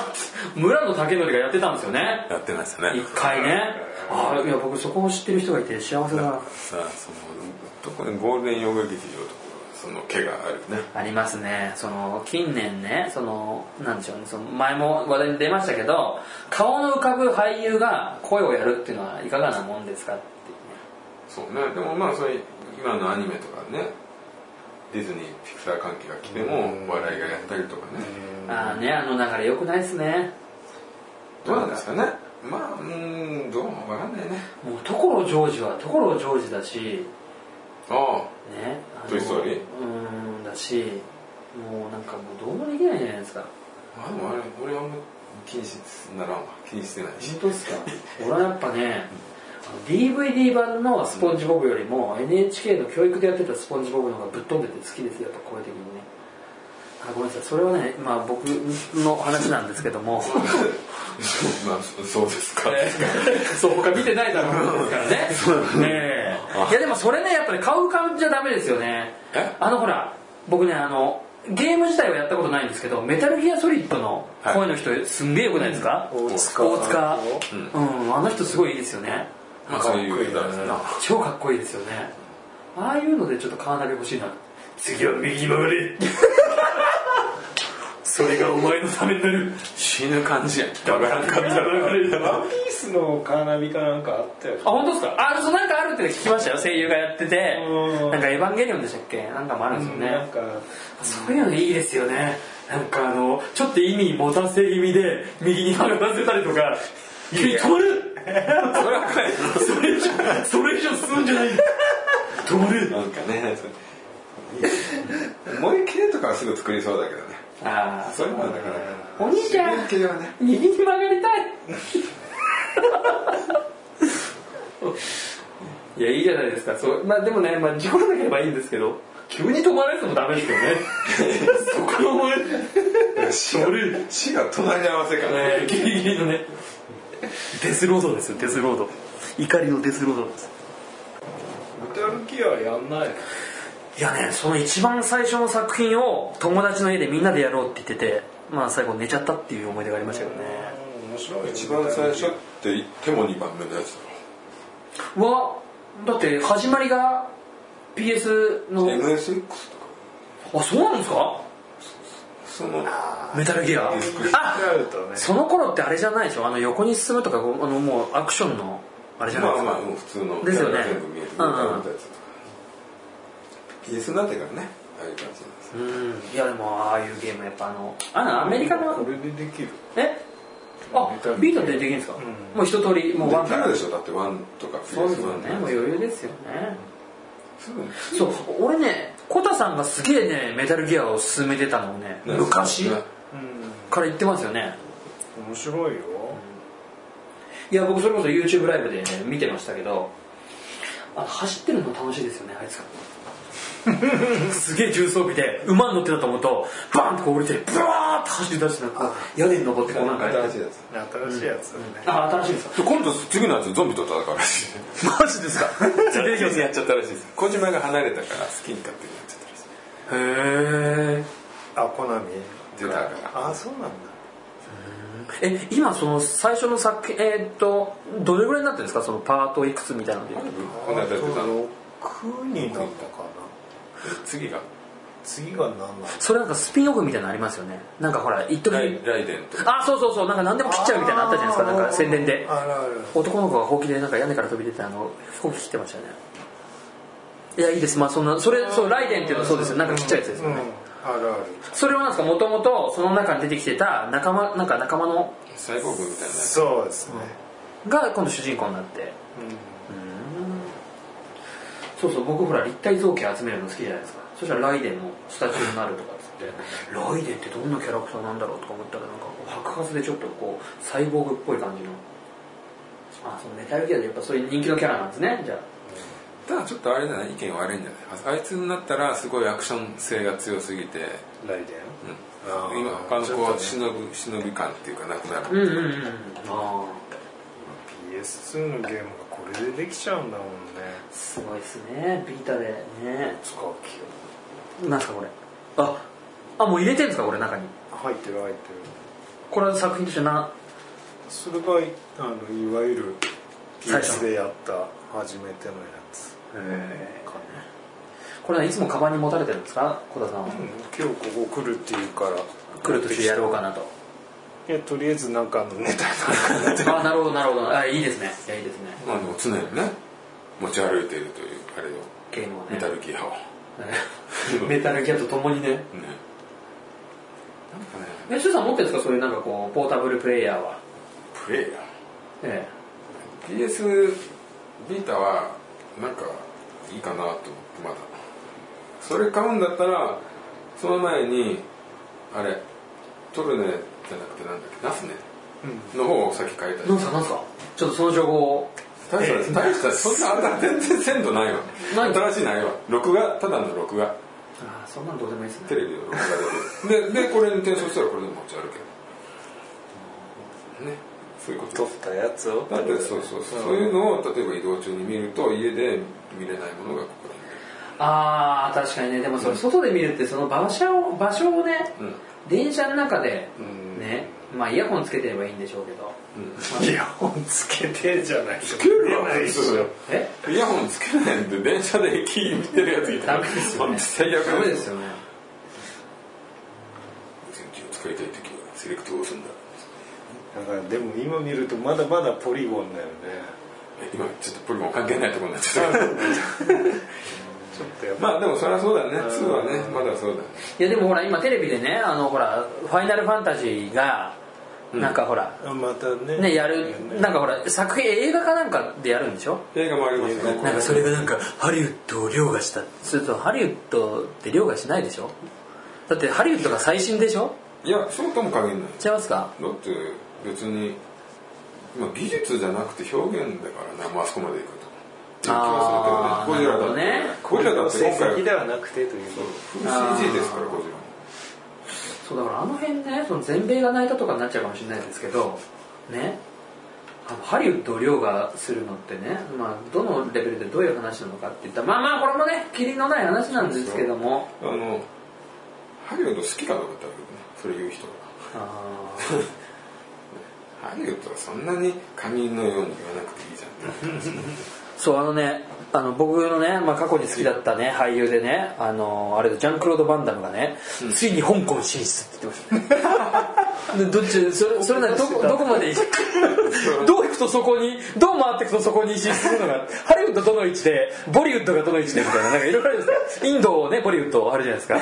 C: 村の竹則がやってたんですよね
B: やってましたね
C: 一回ねああいや僕そこを知ってる人がいて幸せだな
B: さあその特にゴールデン洋画劇場とかその毛があるね
C: ありますねその近年ねそのなんでしょうねその前も話題に出ましたけど顔の浮かぶ俳優が声をやるっていうのはいかがなもんですかって
B: そうねでもまあそれ今のアニメとかねディズニーピクサー関係が来てもお笑いがやったりとかね
C: いうねああねあの流れ良くないですね
B: どうなんですかねまあうーんどうもわかんないね
C: もう所ジョージは所ジョージだし
B: あ
C: ねあの
B: トイストーリー
C: うーんだしもうなんかもうどうもできないじゃないですか
B: あでもあれ俺はあんま気にしならんわ気にしてないし
C: 本当ですか俺はやっぱねあの DVD 版のスポンジボブよりも NHK の教育でやってたスポンジボブの方がぶっ飛んでて好きですよやっぱ声的にねあごめんなさいそれはねまあ僕の話なんですけど も
B: まあそそうですか、
C: そう他見てないだろうですからね ねえいやでもそれねやっぱり顔浮かんじゃダメですよね
B: え
C: あのほら僕ねあのゲーム自体はやったことないんですけどメタルギアソリッドの声の人すんげえよくないですか、
D: 大塚
C: 大塚うん、あの人すごいいいですよね
B: まあそういう歌ですね
C: 超かっこいいですよねああいうのでちょっとカーナビ欲しいな次は右に曲がれ それがお前のためになる
B: 死ぬ感じやだからんかった
D: ワンピースのカーナビかなんかあったよ
C: あ本当ですかあそうなんかあるって聞きましたよ声優がやってて
D: うん
C: なんか「エヴァンゲリオン」でしたっけなんかもあるんですよね、
D: なんか
C: そういうのいいですよねなんかあのちょっと意味持たせ気味で右に曲がらせたりとか急に止まる
B: それはあかんやん
E: それ以上それ以上進んじゃない止まれ
A: なんかね萌え系とかはすぐ作りそうだけどね
C: ああ
A: そういうのはなかなか
C: お兄ちゃん
A: 系はね
C: 右に曲がりたい いやいいじゃないですかそう、まあ、でもね、まあ、事故らなければいいんですけど急に止まられてもダメですよね そこの前
A: 死が死が隣り合わせか
C: えーギリギリのねデスロードですよデスロード怒りのデスロードです
D: ルギアやんない
C: いやねその一番最初の作品を友達の家でみんなでやろうって言っててまあ最後寝ちゃったっていう思い出がありましたけどね
D: 面白い
A: 一番最初って言っても2番目のやつだ
C: うわだって始まりが PS の
A: ろ MSX とか
C: あそうなんですか
A: その
C: メタルギアあ
D: あるとね
C: その頃ってあれじゃないでしょあの横に進むとかこうあのもうアクションのあれじゃな
A: ま
C: い
A: あ
C: ですか、
A: まあもう普通の
C: ですよね
A: 全部見える見
C: う
A: た目
C: んうん
A: のやつとか PS になってからねああいう感じなんですよ
C: うんいやでもああいうゲームやっぱあのあのアメリカの
D: これでできる
C: えあ
D: メタルギア
C: ビートでできるんですか、もう一通りもうワン
A: で
C: か
A: きる
C: ら
A: でしょだってワンとか
C: そうですよ
A: PS1 と
C: ね
A: か
C: もう余裕ですよね
A: すぐに
C: そう俺ねコタさんがすげえねメタルギアを勧めてたのをね
A: ね
C: 昔
A: ね
D: うん
C: から言ってますよね
D: 面白いよ
C: いや僕それこそ YouTube ライブでね見てましたけどあ走ってるの楽しいですよね あいつがすげえ重装備で馬に乗ってたと思うとバーンってこう降りてブワーって走り出してなんか屋根に登ってこうなんかや
A: 新
C: っ
A: していやつ
D: 新しいやつだね
C: あ新しいですか
B: 今度次のやつゾンビと戦うらしい
C: マジですかじゃあ出てきます
B: や
C: ね
B: っちゃったらしいです小島が離れたから好きに勝手にやっちゃったらしい
C: へー
D: あコナミ
A: 出たから
D: あそうなんだ
C: え今その最初の作品えーっとどれぐらいになってるんですかそのパートいくつみたいなので
A: この間出
D: あ
A: た
D: と
A: の
D: 6になったかな
B: 次が
D: 次が何なの
C: それなんかスピンオフみたいなのありますよねなんかほら一時
B: ライライデンとか
C: あそうそうそうなんか何でも切っちゃうみたいなのあったじゃないですかなんか宣伝で
D: あるある
C: 男の子がほうきでなんか屋根から飛び出てあのほうき切ってましたねいやいいですまあそんなそれそうライデンっていうのはそうですよなんか切っちゃうやつですよ
D: うん
C: ね、
D: あるある
C: それはなんですかもともとその中に出てきてた仲間なんか仲間の
B: サイボーグみたいなやつ
D: そうですね
C: が今度主人公になって
D: うん
C: そうそう僕ほら立体造形集めるの好きじゃないですかそしたらライデンもスタジオになるとかっつってライデンってどんなキャラクターなんだろうとか思ったらなんかこう白髪でちょっとこうサイボーグっぽい感じのあそのメタルギアでやっぱそういう人気のキャラなんですねじゃあ
B: ただちょっとあれじゃない意見悪いんじゃないあいつになったらすごいアクション性が強すぎて、う
D: ライデン
B: ん
D: あー
B: 今他の
D: ち
B: 子
D: ょっと
B: は
D: ね
B: 忍ぶ忍び感っていうかなくなる、
C: うんうんうんうんああ
D: PS2 のゲームがこれでできちゃうんだもんね
C: すごいですねビータでね
D: 使う気が
C: なんすかこれああもう入れてんですかこれ中に
D: 入ってる入ってる
C: これは作品としてな
D: それがあのいわゆる PS でやった初めてのやつ、
C: へえこれはいつもカバンに持たれてるんですか小田さんは、
D: 今日ここ来るっていうから
C: 来る途中やろうかなと
D: いやとりあえずなんかあのネタ
C: あなるほどなるほどあいいですねいやいいですね
B: まあでも常にね持ち歩いているというあれを
C: ゲームをね
B: メタルギアを、ね、
C: メタルギアとともにね
B: なんかね
C: えシュウさん持ってるんですかそういうなんかこうポータブルプレイヤーは
B: プレイヤ
C: え
B: ー PS ビータはなんかいいかなと思ってまだそれ買うんだったらその前にあれトルネじゃなくてなんだっけナスネの方を先買いたい
C: えなんすかなんすかちょっとその情報を
B: 大した大したそんなあんた全然鮮度ないわ
C: ない
B: 新しいないわ録画ただの録画
C: ああそんなんどうでもいいです
B: テ
C: ね
B: レビの録画でででこれに転送したらこれで持ち歩けるねそういうこと
D: ったやつを
B: だってそうそうそうそういうのを例えば移動中に見ると家で見れないものがここで
C: ああ確かにねでもそれ外で見るってその場所を場所をね、
B: うん
C: 電車の中で
D: ん
C: ねまあイヤホンつけてればいいんでしょうけど
D: イヤホンつけてじゃないつ
B: つけるわ
D: ないでし
B: そう
D: ょ
B: よ
C: え
B: イヤホンつけないんで電車で駅見てるやついた
C: ダ
B: ら
C: メですよ
B: 本
C: ね
B: 当最悪
C: ダメですよね
B: 電気を使いたい時はセレクトを押すんだ
D: だからでも今見るとまだまだポリゴンだよね
B: え今ちょっとポリゴン関係ないところになっちゃったけ ど
D: ちょっとやっぱ
B: まあでもそれはそうだね2はねまだそうだね
C: いやでもほら今テレビでねあのほら「ファイナルファンタジー」がなんかほら
D: またね
C: ねやるなんかほら作品映画かなんかでやるんでしょ
B: 映画もありますね
C: なんかそれがなんかハリウッドを凌駕したするとハリウッドって凌駕しないでしょだってハリウッドが最新でしょ
B: いやそうとも限らない
C: 違いますか
B: だって別に、まあ、技術じゃなくて表現だからな、まあそこまでいくと。っていう気
C: あ
B: は
C: ー
B: するけど
C: なる
B: ね
C: ほ
B: ゴジラだって、ゴジラだって
D: 成
B: 今回
D: 績ではなくてという
B: フル CG ですからゴジ
C: そうだからあの辺ねその全米が泣いたとかになっちゃうかもしれないですけどねあのハリウッドを凌駕するのってね、まあ、どのレベルでどういう話なのかって言ったらまあまあこれもねキリのない話なんですけども
B: ラあのハリウッド好きかどうかってあるけどねそれ言う人が
C: あ
B: ハリウッドはそんなに紙のように言わなくていいじゃん
C: ーそうあのねあの僕のね、まあ、過去に好きだったね俳優でねあのあれだジャンクロード・バンダムがね、ついに香港進出って言ってましたねでどっちそれそれなどこどこまでどう行くとそこにどう回っていくとそこに進出するのがハリウッドどの位置でボリウッドがどの位置でみたいななんかいろいろあるじゃないですかインドをねボリウッドあるじゃないですか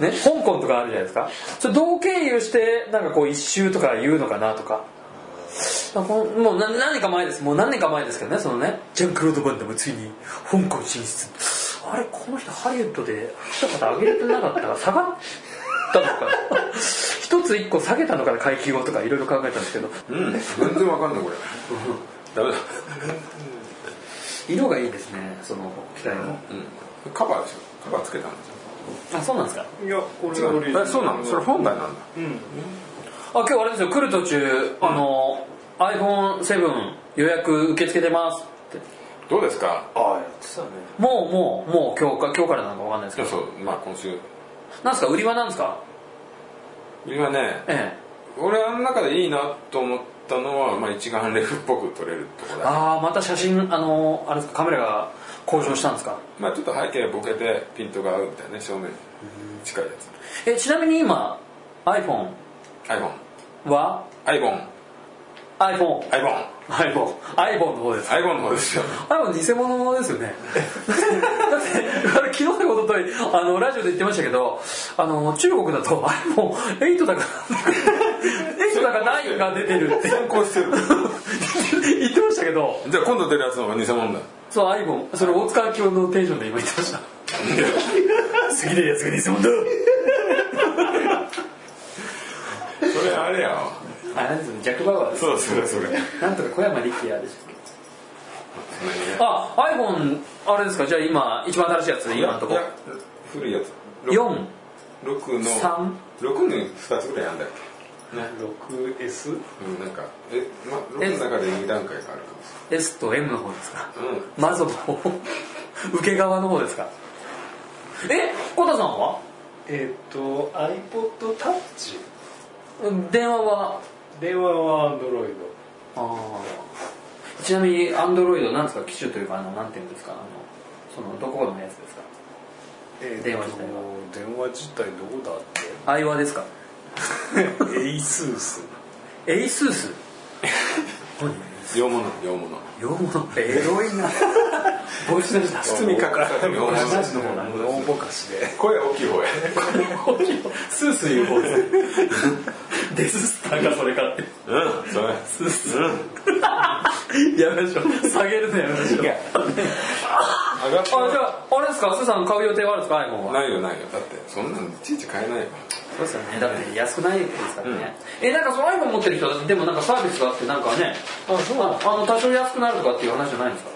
C: ね香港とかあるじゃないですかそれどう経由してなんかこう一周とか言うのかなとかあこのもう何何年か前ですもう何年か前ですけどねそのねジャンクロード・バンダムついに香港進出あれこの人ハリウッドで一方上げれてなかったら下がったのか 一つ一個下げたのかな階級をとかいろいろ考えたんですけど
B: うん全然わかんないこれ ダメだ
C: 色がいいですねその機体の
B: うんカバーでしょカバーつけたんですよ
C: あそうなんですか
D: いやこれ
B: 違うえそうなのそれ本来なんだ
C: あ今日あれですよ来る途中、あの iPhone7 予約受け付けてますって
B: どうですか
D: ああやってたね
C: もうもうもう今日か今日からなのか分かんないです
B: い
C: け
B: や
C: ど
B: そうまあ今週
C: なんですか売りはなんですか
B: 今ね
C: ええ
B: 俺あの中でいいなと思ったのは、まあ、一眼レフっぽく撮れるとこだ
C: ああまた写真あのあれですかカメラが向上したんですか
B: まあちょっと背景ボケてピントが合うみたいなね正面に近いやつ
C: えちなみに今 iPhone
B: iPhone
C: は
B: iPhone
C: iPhone
B: iPhone
C: iPhone iPhone の方です
B: iPhone の方ですよ
C: iPhone 偽物です よねだってあれ昨日でおとといあのラジオで言ってましたけどあの中国だと iPhone8 だか8だか9が出てるって
B: 先行してる
C: 言ってましたけど
B: じゃあ今度出るやつの方が偽物だ
C: そう iPhone それ大塚明夫のテンションで今言ってました
E: 次のやつが偽物だ
B: それあれやわ
C: あなんですねジャック・バウアーです
B: そうそれそれ
C: なんとか小山力也でしたっけあ iPhone あれですかじゃあ今一番新しいやつ今のとこ
B: いや古いやつ
C: 4
B: 6の
C: 三
B: 6に2つぐらいあんだっ
D: ね 6S
B: けうんなんかえ、ま、6の中で2段階があるかも
C: S と M の方ですか
B: しれないうん
C: マゾの方受け側の方ですかえコタさんは
D: えっと iPodTouch
C: 電話は
D: 電話は Android
C: ああちなみにアンドロイドなんですか機種というかあのなんていうんですかあのそのどこのやつ ですか
D: えーと
C: 電話自体は
D: 電話自体どうだっ
C: アイワですか
D: け ASUS
C: エイスース
B: 洋物洋物
C: 洋物エロいなボイス出した
B: 包み隠さず洋物
C: マジの方なんだ
D: 大ぼかしで
B: 声大きい方や
C: スースー言う方ですデススターがそれかって
B: うんそれ
C: スースーやめましょう下げるのやめましょ
B: 上
C: う
B: がっ
C: あじゃああれですかスーさん買う予定はあるんですか iPhone は
B: ないよないよだってそんなのいちいち買えないよ
C: そうですよねだって安くないですからね、えなんかその iPhone 持ってる人でもなんかサービスがあってなんかねあそうあの多少安くなるとかっていう話じゃないんですか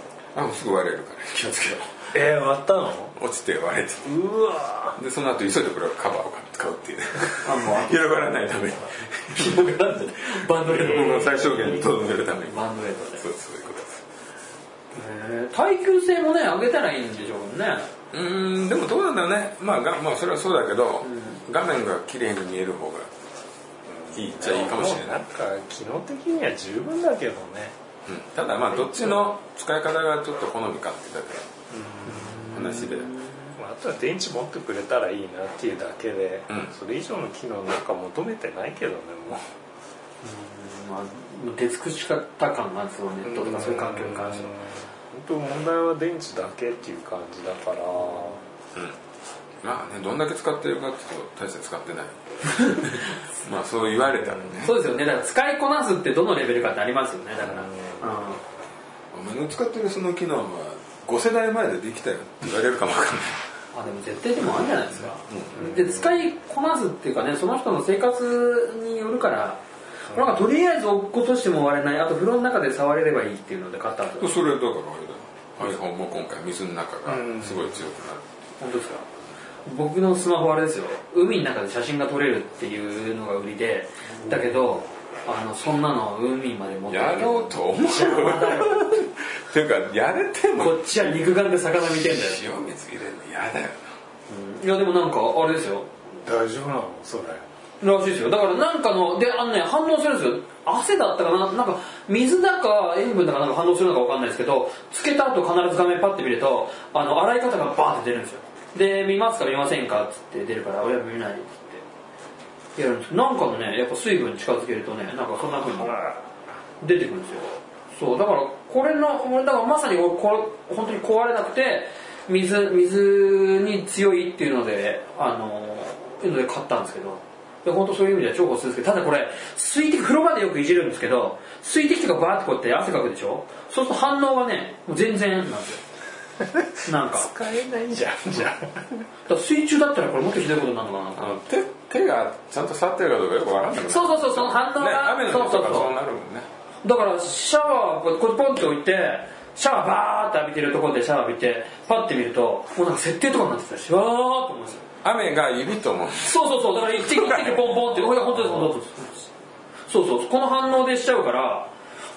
B: あすぐ割れるから気をつけろ
D: えー、割ったの
B: 落ちて割れて
D: うわ
B: でその後急いでこれカバーを買うっていうね
C: あもうあ
B: 広がらないために
C: 広がらないバンドレー
B: 僕の最小限にとどめるために
C: バンドレードで
B: そうそういうことです
C: へえ耐久性もね上げたらいいんでしょうね
B: うーんでもどうなんだろうねまあがまあそれはそうだけど、画面が綺麗に見える方がいいっちゃいいかもしれない、
D: んか機能的には十分だけどね
B: うんただまあどっちの使い方がちょっと好みかってだけの話で
D: まああとは電池持ってくれたらいいなっていうだけで、
B: うん
D: それ以上の機能なんか求めてないけどねもう
C: まあ、出尽くし方感がそのネットとかそういう環境に関しては
D: 本当問題は電池だけっていう感じだから
B: うんまあねどんだけ使ってるかっていうと大して使って ないまあそう言われたらね
C: そうですよねだから使いこなすってどのレベルかってありますよねだから、うん
B: お前の使ってるその機能は5世代前でできたよって言われるかもわかんない
C: あでも絶対でもあるんじゃないですか、で使いこなすっていうかねその人の生活によるから、なんかとりあえず落っことしても割れないあと風呂の中で触れればいいっていうので買ったんですよ
B: それだからあれだ iPhone も今回水の中がすごい強くなる、
C: 本当ですか僕のスマホはあれですよ海の中で写真が撮れるっていうのが売りでだけどあのそんなの海まで持って
B: や
C: け
B: ろうと思うよっていうかやれても
C: こっちは肉眼で魚見てんだよ
B: 塩水入れるの嫌だよ
C: いやでもなんかあれですよ
D: 大丈夫なのそれ
C: らしいですよだからなんかのであのね反応するんですよ汗だったかななんか水だか塩分だかなんか反応するのかわかんないですけどつけた後必ず画面パッて見るとあの洗い方がバーって出るんですよで見ますか見ませんかっつって出るから俺は見ないっつってやるんですけどなんかのねやっぱ水分近づけるとねなんかそんな風に出てくるんですよそうだからこれの俺だからまさに俺これ本当に壊れなくて水水に強いっていうのであのいうので買ったんですけどで本当そういう意味では重宝するんですけどただこれ水滴風呂場でよくいじるんですけど水滴とかバーってこうやって汗かくでしょそうすると反応がねもう全然なんですよなんかだか
D: 使えないじゃんじゃ
C: ら水中だったらこれもっとひどいことになるのかなと
B: あの手手がちゃんと触ってるかどうかよくわからなくなる
C: そうそうそうその反応が、
B: ね雨の日
C: そう
B: と
C: そう
B: か
C: そう
B: そうなるもんね
C: だからシャワーこうこうポンって置いてシャワーバーって浴びてるところでシャワー浴びてパッて見るともうなんか設定とかになってたしわーって思いますよ
B: 雨が指と思う
C: そうそうそうだから一滴一滴ポンポンっていや本当です本当ですそうそうこの反応でしちゃうから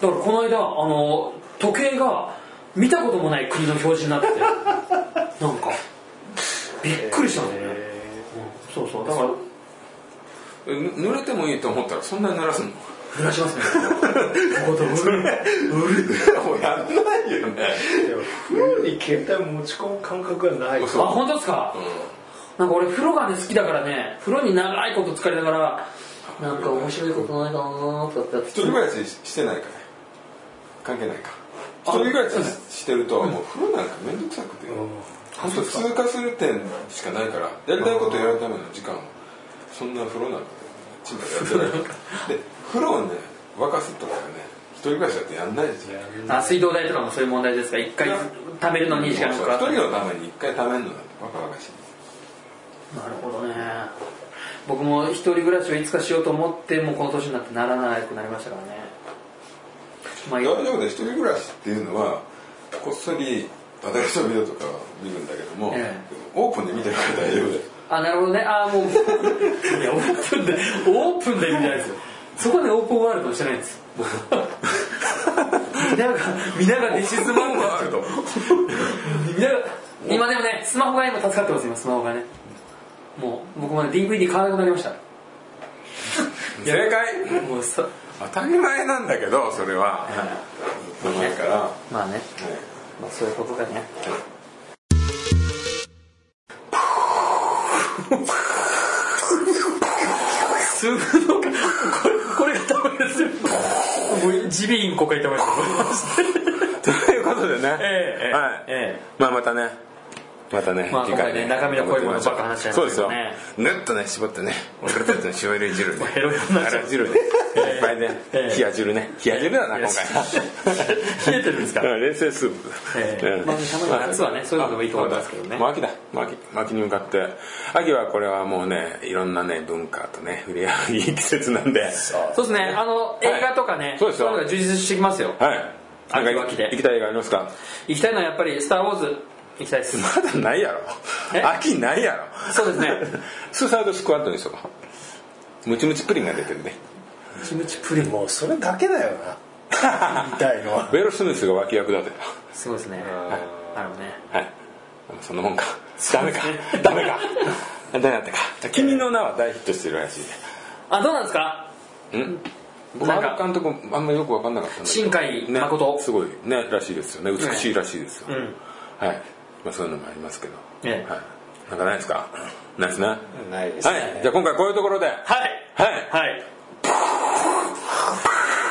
C: だからこの間あの時計が見たこともない国の表示になって てなんかびっくりしたんだよね、うんそうそうだから
B: ぬ濡れてもいいと思ったらそんなに濡らすの
C: 濡らしますね
B: もうやんないよね
D: 風呂に携帯持ち込む感覚がない
C: あ本当ですか、なんか俺風呂がね好きだからね風呂に長いこと浸かりながらなんか面白いことないかなーとかって
B: 一人暮らししてないから関係ないか一人暮らししてるともう風呂なんか面倒くさくてほんと通過する点しかないからやりたいことやるための時間をそんな風呂なんかちんたらやってないから で風呂をね沸かすとかね一人暮らしだとやんないですよ
C: あ水道代とかもそういう問題ですか一回貯めるのに
B: 一
C: 時間かかる
B: 人のために一回貯めるのなんてバカバカしい
C: なるほどね僕も一人暮らしをいつかしようと思ってもうこの年になってならなくなりましたからねまあ
B: 大丈夫だよ一人暮らしっていうのはこっそり私のビデオとか見るんだけども、
C: え
B: オープンで見てるから大丈夫 だよ
C: あなるほどねあもう いやオープンでオープンでみたいですよそこでオープンワールドしてないんです僕 なんか皆が寝静まるな
B: あると
C: いや 今でもねスマホが今助かってます今スマホがねもう僕まで DVD 買わなくなりま した
B: 正解
C: もうさ
B: 当たり前なんだけどそれはだから
C: まあね、まあ、そういうことだねすぐのこれこれがダメですよもう地ビインコ書いてました
B: ということでね、
C: ええ
B: はい
C: ええ
B: まあまたねまたね、
C: まあ
B: 次回
C: 今回ね中身の濃いものばっか話しちゃいま
B: そうで
C: し
B: す
C: た
B: よ
C: けどね
B: ぬっとね絞ってね俺たちの白い 汁ね
C: ヘロヘロになっちゃう
B: あら汁ねいっぱいね
C: え
B: 冷
C: え
B: や汁ね冷や汁だな今回
C: 冷えてるんですか
B: うん冷製スープ
C: ええ
B: うん
C: まあたまに夏はねそういうのでもいいと思いますけどね
B: もう秋だもう秋もう秋に向かって秋はこれはもうねいろんなね文化とね触れ合ういい季節なんで
C: そうですねあの映画とかね、
B: そうですよ
C: いうのが充実してきますよ
B: はいなんか
C: 秋は秋で
B: 行きたい映画ありますか
C: 行きたいのはやっぱり「スター・ウォーズ」行きたいです
B: まだないやろ
C: え
B: 秋ないやろ
C: そうですね
B: スーサイドスクワットにしとこうムチムチプリンが出てるね
D: キムチプリンもうそれだけだよ な言いたいのは
B: ウェロ・スミスが脇役だって
C: すごいですねあのね
B: はいそんなもんかダメかダ メかダメだったかじゃあ君の名は大ヒットしてるらしいね
C: あどうなんですか
B: 僕
C: な
B: あ
C: んか
B: の監督あんまよく分かんなかったんだけど
C: 新海
B: ね
C: 誠
B: すごいねらしいですよね美しいらしいですよ、
C: ん
B: はいまあそういうのもありますけど、
C: ええ
B: はい、なんかないですかないですねは
D: ないで
B: いじゃあ今回こういうところで
C: はい
B: はい
C: はい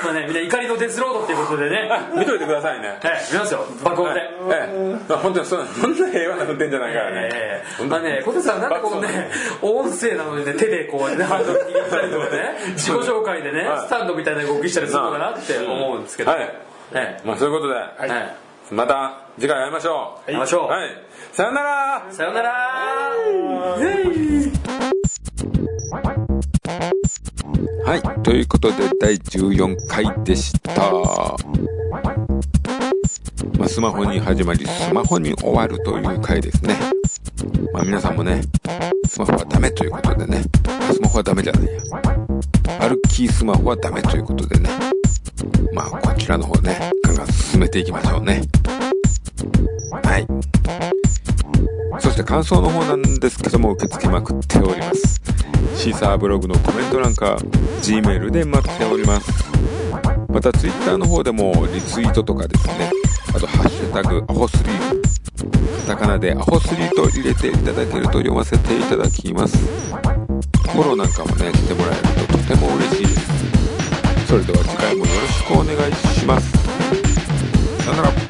C: まあねみんな怒りのデスロードっていうことでねはい
B: 見といてくださいね
C: 見ますよ爆音で、
B: ええ、まあ、本当にそんそんな平和な運転じゃないからね、
C: ええまあね、小手さん、なんかこうね、音声なのにね、手でこうね、ハンドル握ったりとかね、自己紹介でね、
B: はい
C: スタンドみたいな動きしたりするのかなって思うんですけど、
B: はい、
C: ね
B: まあ、そういうことで、
C: はい
B: また次回会いましょう
C: 会いましょう
B: はい、さよなら
C: さよなら
A: はい、ということで第14回でした。まあ、スマホに始まり、スマホに終わるという回ですね。まあ、皆さんもね、スマホはダメということでね、あスマホはダメじゃないや。歩きスマホはダメということでね、まあ、こちらの方ね、ガンガン進めていきましょうね。はい。そして感想の方なんですけども、受け付けまくっております。シーサーブログのコメントなんか G メールで待っておりますまた Twitter の方でもリツイートとかですねあと「ハッシュタグアホスリー」カタカナで「アホスリー」と入れていただけると読ませていただきますフォローなんかもねしてもらえるととても嬉しいですそれでは次回もよろしくお願いしますさよなら